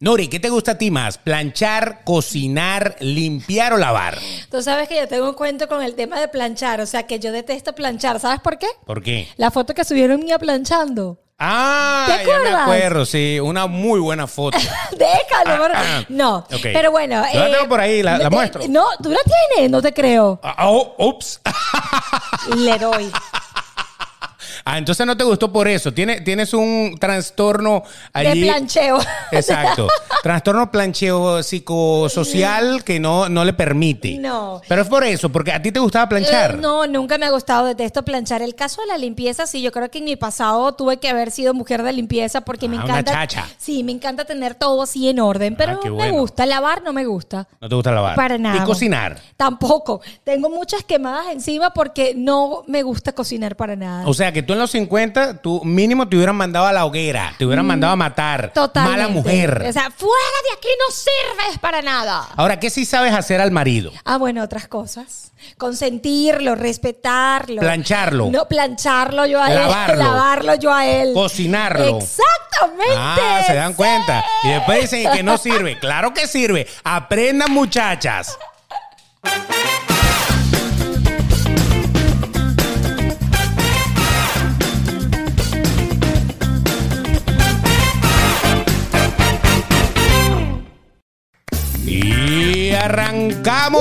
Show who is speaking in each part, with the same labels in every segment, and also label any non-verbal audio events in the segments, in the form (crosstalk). Speaker 1: Nori, ¿qué te gusta a ti más? ¿Planchar, cocinar, limpiar o lavar?
Speaker 2: Tú sabes que yo tengo un cuento con el tema de planchar, o sea que yo detesto planchar. ¿Sabes por qué?
Speaker 1: ¿Por qué?
Speaker 2: La foto que subieron mía planchando. (laughs)
Speaker 1: Ah, ya
Speaker 2: ¿Te
Speaker 1: me
Speaker 2: acuerdas?
Speaker 1: acuerdo, sí, una muy buena foto.
Speaker 2: Déjalo. por- No.
Speaker 1: Ah, Ok.
Speaker 2: Pero bueno.
Speaker 1: Yo la tengo por ahí, la- la
Speaker 2: te-
Speaker 1: muestro.
Speaker 2: No, tú la tienes, no te
Speaker 1: (laughs)
Speaker 2: creo.
Speaker 1: Ah, oh, ups.
Speaker 2: Le doy.
Speaker 1: Ah, entonces no te gustó por eso. Tiene- tienes un trastorno allí.
Speaker 2: De plancheo.
Speaker 1: Exacto.
Speaker 2: (laughs)
Speaker 1: Trastorno plancheo psicosocial que no, no le permite.
Speaker 2: No.
Speaker 1: Pero es por eso, porque a ti te gustaba planchar.
Speaker 2: (laughs) Eh, no, nunca me ha gustado, detesto planchar. El caso de la limpieza, sí, yo creo que en mi pasado tuve que haber sido mujer de limpieza porque me
Speaker 1: Ah, una
Speaker 2: encanta.
Speaker 1: chacha.
Speaker 2: Sí, me encanta tener todo así en orden, pero
Speaker 1: Ah, qué
Speaker 2: no
Speaker 1: bueno.
Speaker 2: me gusta. Lavar no me gusta.
Speaker 1: No te gusta lavar.
Speaker 2: Para nada.
Speaker 1: Y cocinar.
Speaker 2: Tampoco. Tengo muchas quemadas encima porque no me gusta cocinar para nada.
Speaker 1: O sea, que tú en los 50, tú mínimo te hubieran mandado a la hoguera, te hubieran mandado a matar.
Speaker 2: Mm. Totalmente.
Speaker 1: Mala mujer.
Speaker 2: O sea, fuera de aquí no sirves para nada.
Speaker 1: Ahora, ¿qué sí sabes hacer al marido?
Speaker 2: Ah, bueno, otras cosas. Consentirlo, respetarlo.
Speaker 1: Plancharlo.
Speaker 2: No, plancharlo yo a
Speaker 1: Lavarlo.
Speaker 2: él. Lavarlo yo a él.
Speaker 1: Cocinarlo.
Speaker 2: Exactamente.
Speaker 1: Ah, se dan
Speaker 2: sí.
Speaker 1: cuenta. Y después dicen
Speaker 2: (laughs)
Speaker 1: que no sirve. Claro que sirve. Aprendan, muchachas. Y arrancamos.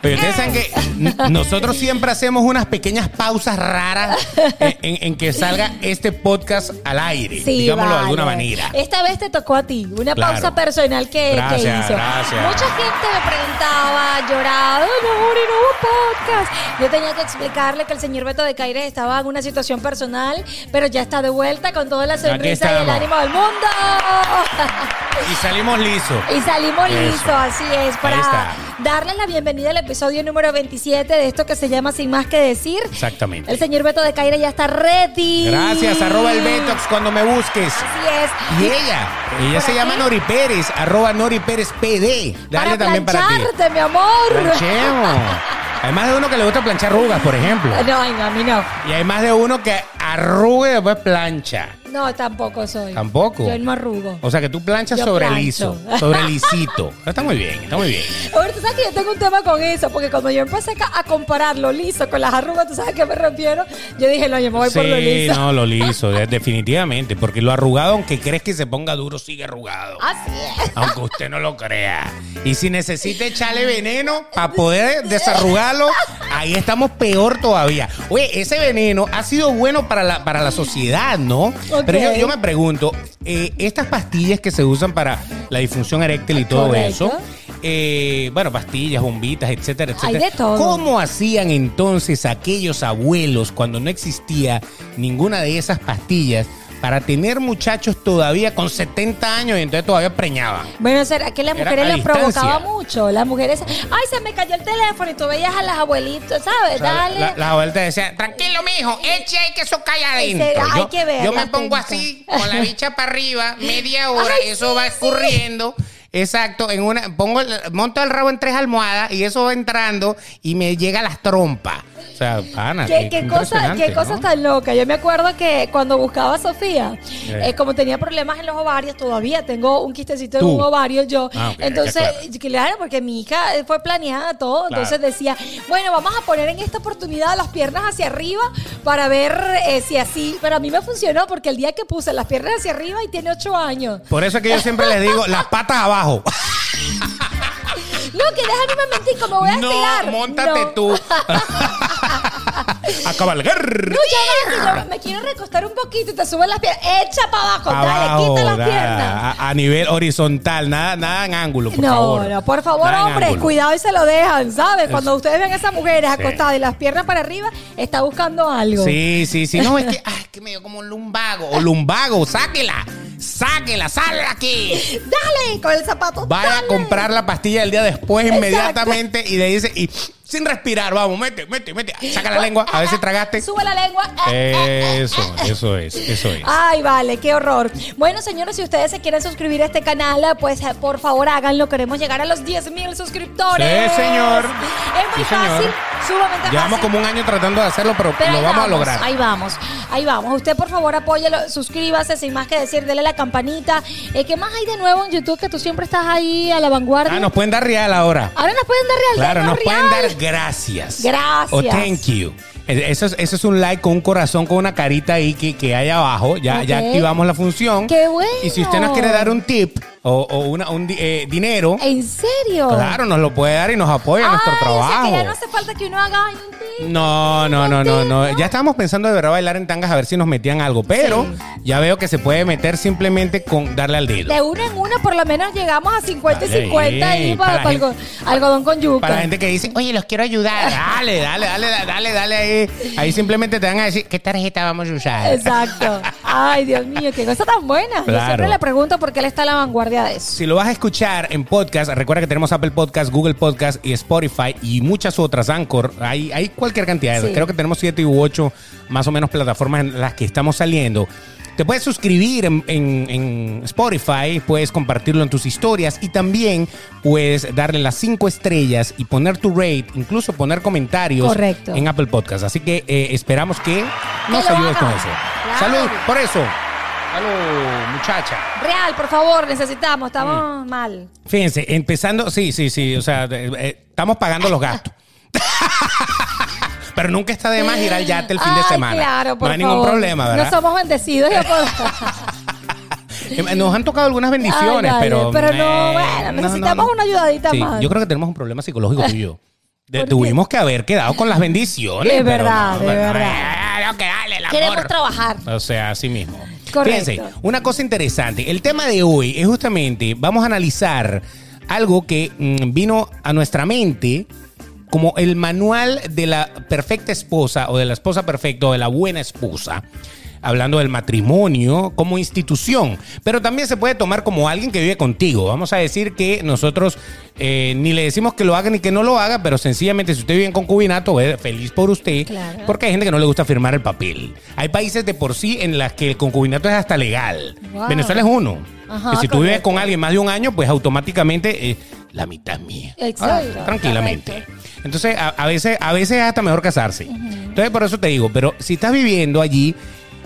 Speaker 1: Pero ustedes saben que n- nosotros siempre hacemos unas pequeñas pausas raras en, en- en que salga este podcast al aire,
Speaker 2: Sí,
Speaker 1: digámoslo de
Speaker 2: vale.
Speaker 1: alguna manera.
Speaker 2: Esta vez te tocó a ti, una
Speaker 1: Claro.
Speaker 2: pausa personal que, que
Speaker 1: Gracias,
Speaker 2: hizo.
Speaker 1: gracias.
Speaker 2: Mucha gente me preguntaba, llorado, no, Uri, no hubo podcast. Yo tenía que explicarle que el señor Beto de Caires estaba en una situación personal, pero ya está de vuelta con toda la sonrisa y el
Speaker 1: estamos.
Speaker 2: ánimo del mundo. (laughs)
Speaker 1: Y salimos lisos.
Speaker 2: Y salimos
Speaker 1: Eso.
Speaker 2: listos, así es, para
Speaker 1: está.
Speaker 2: darles la bienvenida al episodio número 27 de esto que se llama Sin Más que Decir.
Speaker 1: Exactamente.
Speaker 2: El señor Beto de Caire ya está ready.
Speaker 1: Gracias, arroba el Betox cuando me busques.
Speaker 2: Así es.
Speaker 1: Y ella, ella
Speaker 2: Por
Speaker 1: se llama
Speaker 2: aquí.
Speaker 1: Nori Pérez, arroba Nori Pérez PD. Dale también para ti.
Speaker 2: plancharte, mi amor.
Speaker 1: Planchemos. Hay más de uno que le gusta planchar arrugas, por ejemplo.
Speaker 2: (laughs) No, ay, no, a mí no.
Speaker 1: Y hay más de uno que arruga y después plancha.
Speaker 2: No, tampoco soy.
Speaker 1: Tampoco.
Speaker 2: Yo no arrugo.
Speaker 1: O sea que tú planchas
Speaker 2: Yo
Speaker 1: sobre
Speaker 2: plancho.
Speaker 1: liso, sobre lisito. Está muy bien, está muy bien.
Speaker 2: Ahora, tú sabes que yo tengo un tema con eso, porque cuando yo empecé ca- a comparar lo liso con las arrugas, tú sabes que me refiero. Yo dije, no, yo me (laughs) voy por lo
Speaker 1: Sí,
Speaker 2: liso.
Speaker 1: no, lo liso, de- definitivamente. Porque lo arrugado, aunque crees que se ponga duro, sigue arrugado.
Speaker 2: (laughs) Así es.
Speaker 1: Aunque usted no lo crea. Y si necesita echarle veneno para poder desarrugarlo, ahí estamos peor todavía. Oye, ese veneno ha sido bueno para la, para la sociedad, ¿no?
Speaker 2: Ok.
Speaker 1: Pero yo, yo me pregunto, eh, estas pastillas que se usan para la disfunción eréctil y todo
Speaker 2: Correcto.
Speaker 1: eso, eh, bueno, pastillas, bombitas, etcétera,
Speaker 2: Hay
Speaker 1: etcétera.
Speaker 2: de todo.
Speaker 1: ¿Cómo hacían entonces aquellos abuelos cuando no existía ninguna de esas pastillas para tener muchachos todavía con 70 años y entonces todavía preñaban?
Speaker 2: Bueno, será que las
Speaker 1: Era
Speaker 2: mujeres
Speaker 1: a
Speaker 2: las provocaba
Speaker 1: distancia.
Speaker 2: mucho. Las mujeres, ay, se me cayó el teléfono y tú veías a las abuelitas, ¿sabes?
Speaker 1: O sea,
Speaker 2: Dale.
Speaker 1: La, la abuelita decía, tranquilo, mijo, eche ahí que eso cae adentro.
Speaker 2: Ese- hay
Speaker 1: yo,
Speaker 2: que ver
Speaker 1: yo me
Speaker 2: la
Speaker 1: pongo
Speaker 2: técnica.
Speaker 1: así, con la bicha para
Speaker 2: (laughs)
Speaker 1: arriba, media hora,
Speaker 2: Ay,
Speaker 1: eso va escurriendo. Exacto, en una, pongo el- monto el rabo en tres almohadas y eso va entrando y me llega a las trompas. O sea, pana,
Speaker 2: ¿Qué, qué cosa, qué cosa tan loca. Yo me acuerdo que cuando buscaba a Sofía, eh, como tenía problemas en los ovarios, todavía tengo un quistecito en
Speaker 1: Tú.
Speaker 2: un ovario yo.
Speaker 1: Ah, ok,
Speaker 2: Entonces,
Speaker 1: hay
Speaker 2: claro, porque mi hija eh, fue planeada todo.
Speaker 1: Claro.
Speaker 2: Entonces decía, bueno, vamos a poner en esta oportunidad las piernas hacia arriba para ver eh, si así. Pero a mí me funcionó porque el día que puse las piernas hacia arriba y tiene ocho años.
Speaker 1: Por eso es que yo siempre les digo, las patas abajo.
Speaker 2: No, que déjame un momentico, me voy a
Speaker 1: No,
Speaker 2: estirar.
Speaker 1: montate
Speaker 2: No.
Speaker 1: tú. (laughs) a cabalgar.
Speaker 2: No, ya va, señor, me quiero recostar un poquito y te subo las piernas. Echa para abajo,
Speaker 1: Pa'
Speaker 2: dale,
Speaker 1: abajo,
Speaker 2: quita las
Speaker 1: da,
Speaker 2: piernas.
Speaker 1: A, a nivel horizontal, nada, nada en ángulo, por
Speaker 2: no,
Speaker 1: favor.
Speaker 2: no, por favor,
Speaker 1: Nada en
Speaker 2: hombres,
Speaker 1: ángulo.
Speaker 2: cuidado y se lo dejan, ¿sabes? Cuando
Speaker 1: Eso.
Speaker 2: ustedes ven a esas mujeres
Speaker 1: Sí.
Speaker 2: acostadas y las piernas para arriba, está buscando algo.
Speaker 1: Sí, sí, sí. No, es que, ay, que me dio como un lumbago. O lumbago, sáquela. Sáquela, sálala aquí.
Speaker 2: Dale, con el zapato.
Speaker 1: Vaya a
Speaker 2: dale.
Speaker 1: comprar la pastilla el día después inmediatamente y le dice, y sin respirar. Vamos, mete, mete, mete. Saca la lengua, a ver si tragaste.
Speaker 2: Ah, Sube la lengua. Eh,
Speaker 1: Eso, eso es, eso es.
Speaker 2: Ay, vale, qué horror. Bueno, señores, si ustedes se quieren suscribir a este canal, pues eh, por favor háganlo. Queremos llegar a los 10 mil suscriptores.
Speaker 1: Sí, señor.
Speaker 2: Es muy
Speaker 1: Sí, señor.
Speaker 2: fácil, sumamente
Speaker 1: Llevamos
Speaker 2: fácil.
Speaker 1: como un año tratando de hacerlo, pero,
Speaker 2: Pero
Speaker 1: lo
Speaker 2: ahí
Speaker 1: vamos, a lograr.
Speaker 2: Ahí vamos, ahí vamos. Usted, por favor, apóyelo, suscríbase, sin más que decir, dele la campanita. Eh, ¿Qué más hay de nuevo en YouTube que tú siempre estás ahí a la vanguardia?
Speaker 1: Ah, nos pueden dar real ahora.
Speaker 2: Ahora nos pueden dar real.
Speaker 1: Claro,
Speaker 2: denos
Speaker 1: nos pueden
Speaker 2: real.
Speaker 1: dar gracias.
Speaker 2: Gracias.
Speaker 1: O thank you. Eh, Eso es, eso es un like con un corazón, con una carita ahí que, que hay abajo. Ya, ya
Speaker 2: Ok.
Speaker 1: activamos la función.
Speaker 2: ¡Qué bueno!
Speaker 1: Y si usted nos quiere dar un tip o, o una- un di- eh, dinero,
Speaker 2: ¿En serio?
Speaker 1: claro, nos lo puede dar y nos apoya en nuestro
Speaker 2: Ay, O sea que ya no
Speaker 1: trabajo.
Speaker 2: hace falta que uno haga ay, un tip.
Speaker 1: No, no, no, no, no.
Speaker 2: ¿no?
Speaker 1: Ya estábamos pensando de verdad bailar en tangas a ver si nos metían algo, pero ya veo que se puede meter simplemente con darle al dedo.
Speaker 2: De uno en uno, por lo menos llegamos a 50 y
Speaker 1: Dale,
Speaker 2: 50 ahí
Speaker 1: ey,
Speaker 2: para,
Speaker 1: para la
Speaker 2: para algo- algodón con yuca.
Speaker 1: Para la gente que dice, oye, los quiero ayudar. Dale, dale, dale, dale, dale, dale ahí. Ahí simplemente te van a decir, ¿qué tarjeta vamos a usar?
Speaker 2: Exacto. Ay, Dios mío, qué cosa tan buena. Yo
Speaker 1: Claro.
Speaker 2: siempre le pregunto por qué él está a la vanguardia de eso.
Speaker 1: Si lo vas a escuchar en podcast, recuerda que tenemos Apple Podcast, Google Podcast y Spotify y muchas otras, Anchor. Hay, hay cualquier cantidad.
Speaker 2: Sí.
Speaker 1: Creo que tenemos siete u ocho más o menos plataformas en las que estamos saliendo. Te puedes suscribir en, en- en Spotify, puedes compartirlo en tus historias y también puedes darle las cinco estrellas y poner tu rate, incluso poner comentarios
Speaker 2: Correcto.
Speaker 1: en Apple Podcast. Así que eh, esperamos que nos
Speaker 2: lo
Speaker 1: ayudes con
Speaker 2: hagas.
Speaker 1: eso.
Speaker 2: Claro.
Speaker 1: Salud por eso. Salud, muchacha.
Speaker 2: Real, por favor, necesitamos,
Speaker 1: Mm.
Speaker 2: estamos mal.
Speaker 1: Fíjense, empezando, sí, sí, sí, o sea, eh, eh, estamos pagando los
Speaker 2: (laughs)
Speaker 1: gastos. Pero nunca está de más ir al yate el fin de
Speaker 2: Ay,
Speaker 1: semana.
Speaker 2: Claro, por
Speaker 1: no hay ningún
Speaker 2: favor.
Speaker 1: problema,
Speaker 2: No
Speaker 1: ¿verdad?
Speaker 2: somos bendecidos. yo puedo-
Speaker 1: Eh, Nos han tocado algunas bendiciones,
Speaker 2: Ay, vale,
Speaker 1: pero.
Speaker 2: pero no,
Speaker 1: eh,
Speaker 2: bueno,
Speaker 1: no, no,
Speaker 2: necesitamos
Speaker 1: no.
Speaker 2: una ayudadita
Speaker 1: Sí,
Speaker 2: más.
Speaker 1: Yo creo que tenemos un problema psicológico tú y yo. De-
Speaker 2: ¿Por qué?
Speaker 1: tuvimos que haber quedado con las bendiciones.
Speaker 2: De
Speaker 1: pero
Speaker 2: verdad,
Speaker 1: no,
Speaker 2: de
Speaker 1: pero no,
Speaker 2: verdad.
Speaker 1: eh, no, que dale, el amor.
Speaker 2: Queremos trabajar.
Speaker 1: O sea, así mismo.
Speaker 2: Correcto.
Speaker 1: Fíjense, una cosa interesante. El tema de hoy es justamente, vamos a analizar algo que mm, vino a nuestra mente como el manual de la perfecta esposa o de la esposa perfecta o de la buena esposa. Hablando del matrimonio como institución, pero también se puede tomar como alguien que vive contigo. Vamos a decir que nosotros eh, ni le decimos que lo haga ni que no lo haga, pero sencillamente si usted vive en concubinato, eh, feliz por usted,
Speaker 2: Claro.
Speaker 1: porque hay gente que no le gusta firmar el papel. Hay países de por sí en las que el concubinato es hasta legal.
Speaker 2: Wow.
Speaker 1: Venezuela es uno.
Speaker 2: Ajá,
Speaker 1: que si tú vives
Speaker 2: correcto.
Speaker 1: con alguien más de un año, pues automáticamente eh, la mitad es mía.
Speaker 2: Exacto,
Speaker 1: Ah, tranquilamente. Entonces, a, a veces, a veces es hasta mejor casarse. Entonces, por eso te digo, pero si estás viviendo allí,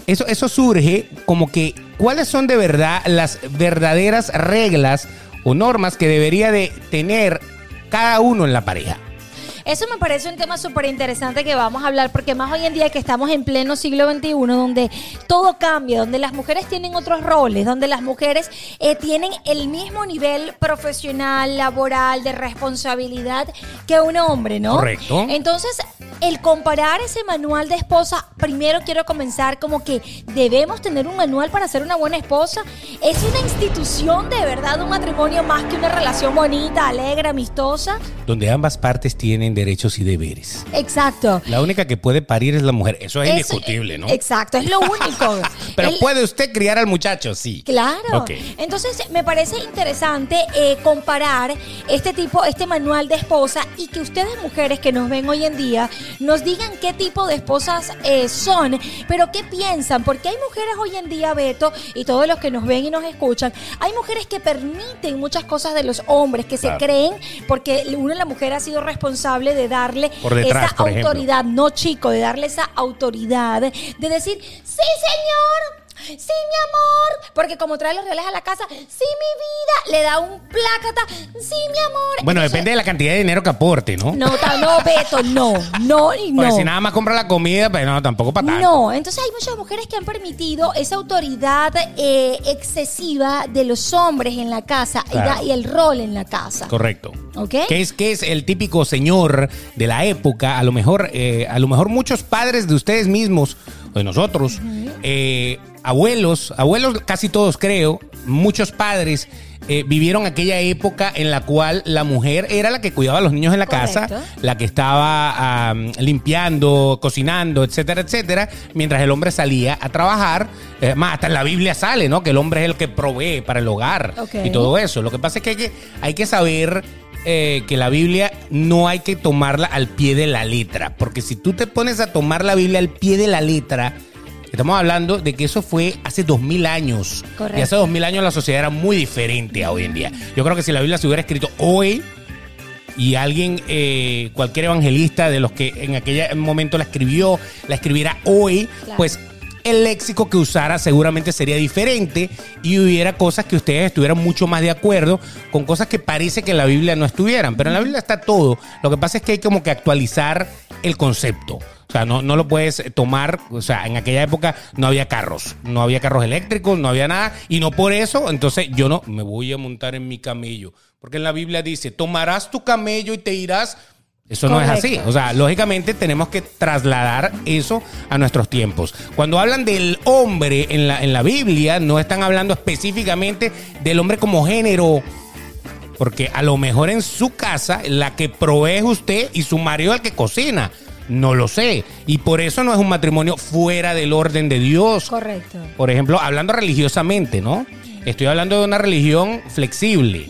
Speaker 1: eso, eso surge como que, ¿cuáles son de verdad las verdaderas reglas o normas que debería de tener cada uno en la pareja?
Speaker 2: Eso me parece un tema súper interesante que vamos a hablar, porque más hoy en día que estamos en pleno siglo XXI, donde todo cambia, donde las mujeres tienen otros roles, donde las mujeres eh, tienen el mismo nivel profesional, laboral, de responsabilidad que un hombre, ¿no?
Speaker 1: Correcto.
Speaker 2: Entonces, el comparar ese manual de esposa, primero quiero comenzar como que debemos tener un manual para ser una buena esposa. Es una institución de verdad, un matrimonio más que una relación bonita, alegre, amistosa.
Speaker 1: Donde ambas partes tienen derechos y deberes.
Speaker 2: Exacto.
Speaker 1: La única que puede parir es la mujer. Eso es
Speaker 2: Eso-
Speaker 1: indiscutible, ¿no? Ah, (laughs)
Speaker 2: Exacto, es lo único.
Speaker 1: Pero
Speaker 2: El-
Speaker 1: puede usted criar al muchacho, sí.
Speaker 2: Claro.
Speaker 1: Ok.
Speaker 2: Entonces me parece interesante eh, comparar este tipo, este manual de esposa y que ustedes mujeres que nos ven hoy en día nos digan qué tipo de esposas eh, son, pero qué piensan, porque hay mujeres hoy en día, Beto, y todos los que nos ven y nos escuchan, hay mujeres que permiten muchas cosas de los hombres, que
Speaker 1: Claro.
Speaker 2: se creen, porque uno la mujer ha sido responsable de darle
Speaker 1: Por detrás,
Speaker 2: esa
Speaker 1: por ejemplo.
Speaker 2: autoridad autoridad, no chico, de darle esa autoridad, de decir, sí señor, sí mi amor, porque como trae los reales a la casa, sí mi vida, le da un plácata, sí mi amor.
Speaker 1: Bueno,
Speaker 2: Entonces,
Speaker 1: depende de la cantidad de dinero que aporte, ¿no?
Speaker 2: No, ta- no, Beto, no, no y no.
Speaker 1: Porque si nada más compra la comida, pues no, tampoco para tanto.
Speaker 2: No, entonces hay muchas mujeres que han permitido esa autoridad eh, excesiva de los hombres en la casa y
Speaker 1: Claro.
Speaker 2: da- y, el rol en la casa.
Speaker 1: Correcto.
Speaker 2: ¿Ok?
Speaker 1: Que es, que es el típico señor de la época. A lo mejor, eh, a lo mejor muchos padres de ustedes mismos, o de nosotros, eh, abuelos, abuelos casi todos creo, muchos padres eh, vivieron aquella época en la cual la mujer era la que cuidaba a los niños en la casa,
Speaker 2: Correcto.
Speaker 1: la que estaba am, limpiando, cocinando, etcétera, etcétera, mientras el hombre salía a trabajar. Eh, más, hasta en la Biblia sale, ¿no? Que el hombre es el que provee para el hogar
Speaker 2: Ok.
Speaker 1: y todo eso. Lo que pasa es que hay que, hay que saber eh, que la Biblia no hay que tomarla al pie de la letra, porque si tú te pones a tomar la Biblia al pie de la letra, estamos hablando de que eso fue hace 2000 años.
Speaker 2: Correcto.
Speaker 1: Y hace 2000 años la sociedad era muy diferente a hoy en día. Yo creo que si la Biblia se hubiera escrito hoy y alguien, eh, cualquier evangelista de los que en aquel momento la escribió, la escribiera hoy,
Speaker 2: Claro.
Speaker 1: pues el léxico que usara seguramente sería diferente y hubiera cosas que ustedes estuvieran mucho más de acuerdo con cosas que parece que en la Biblia no estuvieran. Pero en la Biblia está todo. Lo que pasa es que hay como que actualizar el concepto. O sea, no, no lo puedes tomar. O sea, en aquella época no había carros. No había carros eléctricos, no había nada. Y no por eso, entonces yo no me voy a montar en mi camello. Porque en la Biblia dice, tomarás tu camello y te irás. Eso no es
Speaker 2: Correcto.
Speaker 1: así. O sea, lógicamente tenemos que trasladar eso a nuestros tiempos. Cuando hablan del hombre en la, en la Biblia, no están hablando específicamente del hombre como género. Porque a lo mejor en su casa, la que provee es usted y su marido el que cocina. No lo sé. Y por eso no es un matrimonio fuera del orden de Dios.
Speaker 2: Correcto.
Speaker 1: Por ejemplo, hablando religiosamente, ¿no? Estoy hablando de una religión flexible.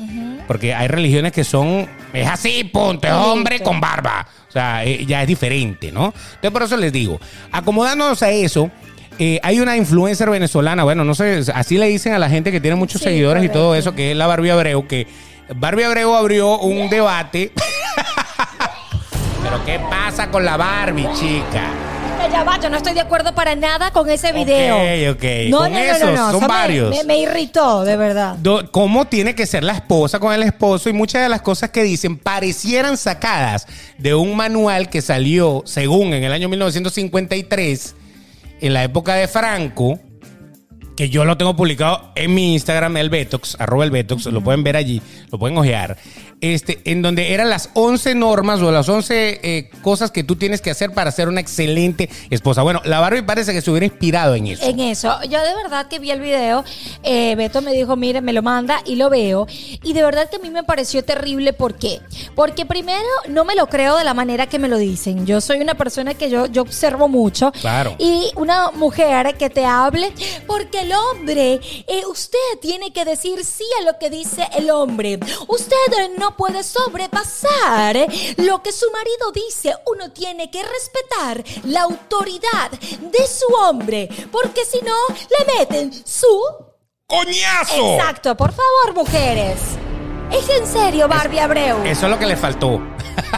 Speaker 1: Porque hay religiones que son, es así, ponte
Speaker 2: Listo.
Speaker 1: hombre con barba. O sea, eh, ya es diferente, ¿no? Entonces, por eso les digo, acomodándonos a eso, eh, hay una influencer venezolana, bueno, no sé, así le dicen a la gente que tiene muchos
Speaker 2: Sí,
Speaker 1: seguidores y todo
Speaker 2: correcto.
Speaker 1: eso, que es la Barbie Abreu, que Barbie Abreu abrió un debate. Pero, ¿qué pasa con la Barbie, chica?
Speaker 2: Ya va, yo no estoy de acuerdo para nada con ese video.
Speaker 1: Ok, ok. Eh, Con esos, son
Speaker 2: me-
Speaker 1: varios.
Speaker 2: Me, me irritó, de verdad.
Speaker 1: Do- cómo tiene que ser la esposa con el esposo y muchas de las cosas que dicen parecieran sacadas de un manual que salió, según en el año 1953, en la época de Franco, que yo lo tengo publicado en mi Instagram, el Betox, arroba el Betox, lo pueden ver allí, lo pueden ojear, este, en donde eran las 11 normas o las 11 eh, cosas que tú tienes que hacer para ser una excelente esposa. Bueno, la Barbie parece que se hubiera inspirado en eso.
Speaker 2: En eso, yo de verdad que vi el video, eh, Beto me dijo, mire, me lo manda y lo veo, y de verdad que a mí me pareció terrible, ¿por qué? Porque primero no me lo creo de la manera que me lo dicen, yo soy una persona que yo, yo observo mucho,
Speaker 1: Claro.
Speaker 2: y una mujer que te hable, porque el hombre, eh, usted tiene que decir sí a lo que dice el hombre, usted eh, no puede sobrepasar lo que su marido dice, uno tiene que respetar la autoridad de su hombre, porque si no, le meten su...
Speaker 1: ¡Coñazo!
Speaker 2: Exacto, por favor, mujeres. Es en serio, Barbie Abreu.
Speaker 1: Eso es lo que le faltó.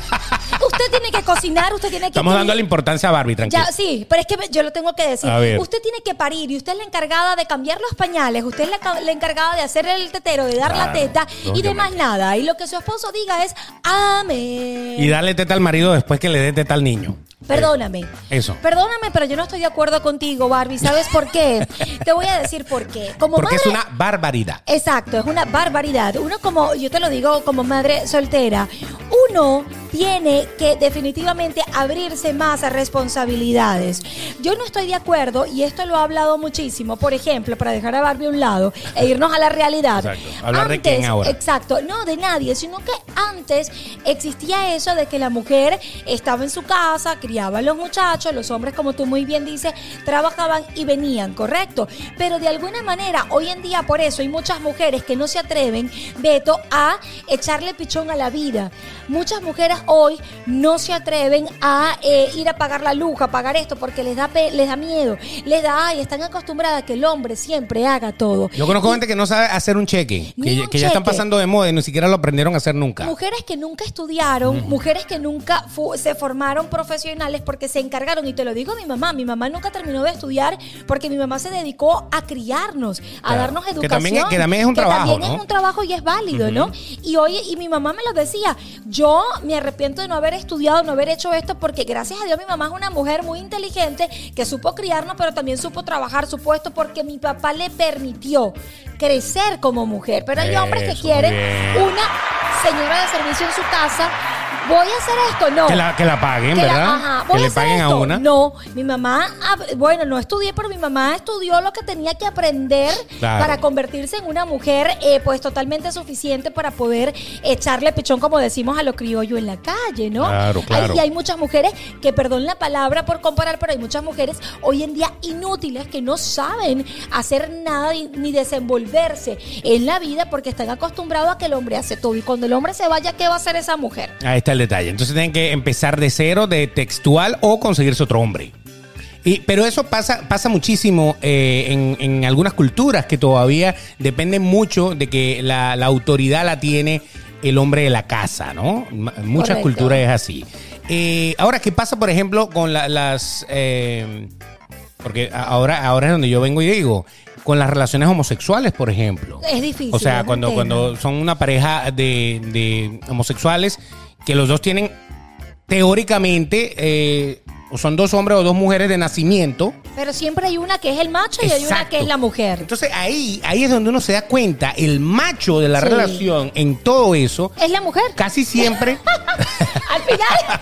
Speaker 2: Usted tiene que cocinar, usted tiene que...
Speaker 1: Estamos dando la importancia a Barbie, tranquilo.
Speaker 2: Ya, sí, pero es que yo lo tengo que decir.
Speaker 1: A ver.
Speaker 2: Usted tiene que parir y usted es la encargada de cambiar los pañales, usted es la, ca- la encargada de hacer el tetero, de dar la
Speaker 1: Claro,
Speaker 2: teta y
Speaker 1: lógicamente.
Speaker 2: de más nada. Y lo que su esposo diga es, amén.
Speaker 1: Y darle teta al marido después que le dé teta al niño.
Speaker 2: Perdóname.
Speaker 1: Eso.
Speaker 2: Perdóname, pero yo no estoy de acuerdo contigo, Barbie. ¿Sabes
Speaker 1: (laughs)
Speaker 2: por qué? Te voy a decir por qué. Como
Speaker 1: Porque es
Speaker 2: madre-
Speaker 1: una barbaridad.
Speaker 2: Exacto, es una barbaridad. Uno como, yo te lo digo como madre soltera, uno tiene que definitivamente abrirse más a responsabilidades. Yo no estoy de acuerdo y esto lo he hablado muchísimo, por ejemplo, para dejar a Barbie a un lado e irnos a la realidad.
Speaker 1: Exacto. Hablar de quién ahora.
Speaker 2: Exacto, no de nadie, sino que antes existía eso de que la mujer estaba en su casa, criaba a los muchachos, los hombres, como tú muy bien dices, trabajaban y venían, correcto. Pero de alguna manera, hoy en día, por eso hay muchas mujeres que no se atreven, Beto, a echarle pichón a la vida. Muchas mujeres hoy no se atreven a eh, ir a pagar la luz, a pagar esto, porque les da, pe- les da miedo, les da, ay, están acostumbradas a que el hombre siempre haga todo.
Speaker 1: Yo conozco gente que no sabe hacer un cheque.
Speaker 2: Ni
Speaker 1: Que,
Speaker 2: un
Speaker 1: que ya están
Speaker 2: cheque.
Speaker 1: pasando de moda y ni siquiera lo aprendieron a hacer nunca.
Speaker 2: Mujeres que nunca estudiaron, mujeres que nunca fu- se formaron profesionales porque se encargaron, y te lo digo mi mamá, mi mamá nunca terminó de estudiar porque mi mamá se dedicó a criarnos, a
Speaker 1: Claro.
Speaker 2: darnos
Speaker 1: Que
Speaker 2: educación.
Speaker 1: también- que también es un
Speaker 2: que
Speaker 1: trabajo,
Speaker 2: también es
Speaker 1: ¿no?
Speaker 2: un trabajo y es válido, ¿no? Y hoy, y mi mamá me lo decía, yo me arrepiento de no haber estudiado, no haber hecho esto, porque gracias a Dios mi mamá es una mujer muy inteligente que supo criarnos, pero también supo trabajar su puesto porque mi papá le permitió crecer como mujer. Pero hay hombres que
Speaker 1: Eso, muy
Speaker 2: quieren
Speaker 1: bien.
Speaker 2: una señora de servicio en su casa voy a hacer esto, no.
Speaker 1: Que la, que la paguen,
Speaker 2: Que la-
Speaker 1: ¿verdad?
Speaker 2: ajá,
Speaker 1: que
Speaker 2: voy a
Speaker 1: le
Speaker 2: hacer
Speaker 1: paguen a
Speaker 2: esto.
Speaker 1: una.
Speaker 2: No, mi mamá, ah, bueno, no estudié, pero mi mamá estudió lo que tenía que aprender
Speaker 1: Claro.
Speaker 2: para convertirse en una mujer, eh, pues totalmente suficiente para poder echarle pechón, como decimos a lo criollo en la calle, ¿no?
Speaker 1: Claro,
Speaker 2: Hay-
Speaker 1: claro.
Speaker 2: y hay muchas mujeres que, perdón la palabra por comparar, pero hay muchas mujeres hoy en día inútiles que no saben hacer nada ni- ni desenvolverse en la vida porque están acostumbrados a que el hombre hace todo. Y cuando el hombre se vaya, ¿qué va a hacer esa mujer?
Speaker 1: Ahí está el detalle. Entonces tienen que empezar de cero, de textual o conseguirse otro hombre. Y, pero eso pasa, pasa muchísimo eh, en, en algunas culturas que todavía dependen mucho de que la, la autoridad la tiene el hombre de la casa, ¿no? Ma- Muchas
Speaker 2: Correcto.
Speaker 1: culturas es así. Eh, ahora, ¿qué pasa, por ejemplo, con la- las... eh, porque a- ahora, ahora es donde yo vengo y digo, con las relaciones homosexuales, por ejemplo.
Speaker 2: Es difícil,
Speaker 1: O
Speaker 2: es
Speaker 1: sea,
Speaker 2: un
Speaker 1: cuando,
Speaker 2: tema.
Speaker 1: cuando son una pareja de, de homosexuales que los dos tienen, teóricamente, eh, o son dos hombres o dos mujeres de nacimiento.
Speaker 2: Pero siempre hay una que es el macho y hay una
Speaker 1: Exacto.
Speaker 2: que es la mujer.
Speaker 1: Entonces ahí, ahí es donde uno se da cuenta, el macho de la
Speaker 2: Sí.
Speaker 1: relación en todo eso,
Speaker 2: Es la mujer.
Speaker 1: casi siempre... (laughs)
Speaker 2: Al final,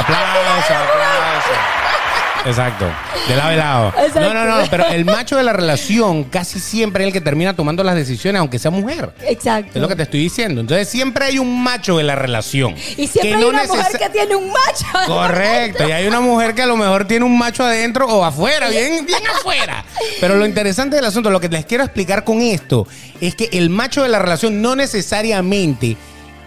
Speaker 1: Aplauso, aplauso. Exacto, de lado a lado.
Speaker 2: Exacto.
Speaker 1: No, no, no, pero el macho de la relación casi siempre es el que termina tomando las decisiones, aunque sea mujer.
Speaker 2: exacto.
Speaker 1: Es lo que te estoy diciendo. Entonces siempre hay un macho en la relación.
Speaker 2: Y siempre
Speaker 1: que
Speaker 2: hay
Speaker 1: no
Speaker 2: una mujer
Speaker 1: necesa-
Speaker 2: que tiene un macho.
Speaker 1: (laughs) Correcto, y hay una mujer que a lo mejor tiene un macho adentro o afuera, bien, bien afuera. Pero lo interesante del asunto, lo que les quiero explicar con esto, es que el macho de la relación no necesariamente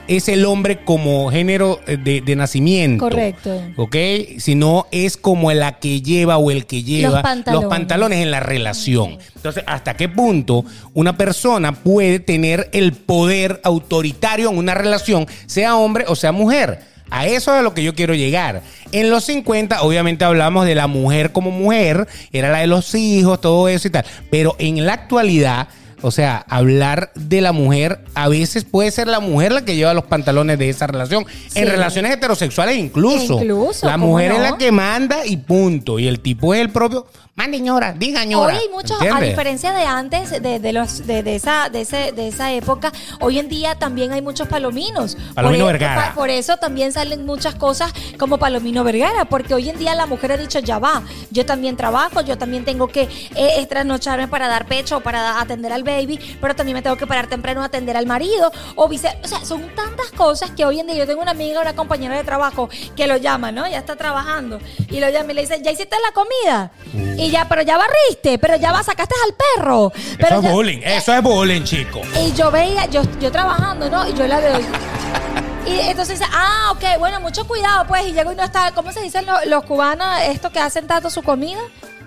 Speaker 1: es el hombre como género eh, de, de nacimiento.
Speaker 2: Correcto.
Speaker 1: ¿Ok? Sino es como la que lleva o el que lleva
Speaker 2: Los pantalones.
Speaker 1: pantalones en la relación. Entonces, ¿hasta qué punto una persona puede tener el poder autoritario en una relación, sea hombre o sea mujer? A eso es a lo que yo quiero llegar. En los 50, obviamente hablamos de la mujer como mujer, era la de los hijos, todo eso y tal. Pero en la actualidad, o sea, hablar de la mujer, a veces puede ser la mujer la que lleva los pantalones de esa relación.
Speaker 2: Sí.
Speaker 1: En relaciones heterosexuales incluso.
Speaker 2: Incluso,
Speaker 1: La
Speaker 2: ¿cómo
Speaker 1: mujer es
Speaker 2: no?
Speaker 1: la que manda y punto. Y el tipo es el propio. Mande, señora, diga,
Speaker 2: Hoy
Speaker 1: señora.
Speaker 2: hay muchos, a
Speaker 1: ¿Entiendes?
Speaker 2: diferencia de antes, de, de los, de, de esa, de, ese- de esa época, hoy en día también hay muchos palominos.
Speaker 1: Palomino
Speaker 2: por, e-
Speaker 1: Vergara.
Speaker 2: pa- por eso también salen muchas cosas como Palomino Vergara, porque hoy en día la mujer ha dicho, ya va, yo también trabajo, yo también tengo que eh, trasnocharme para dar pecho, para da- atender al baby, pero también me tengo que parar temprano a atender al marido, o vice, o sea, son tantas cosas que hoy en día yo tengo una amiga, una compañera de trabajo que lo llama, ¿no? Ya está trabajando, y lo llama y le dice, ¿ya hiciste la comida?
Speaker 1: Mm.
Speaker 2: Y ya, pero ya barriste, pero ya va, sacaste al perro. Pero
Speaker 1: Eso es
Speaker 2: ya- Eh.
Speaker 1: bullying, eso es bullying, chico.
Speaker 2: y yo veía, yo, yo trabajando, ¿no? Y yo la veo. Y entonces dice, ah, ok, bueno, mucho cuidado, pues. Y llego y no está, ¿cómo se dicen los, los cubanos, esto que hacen tanto su comida?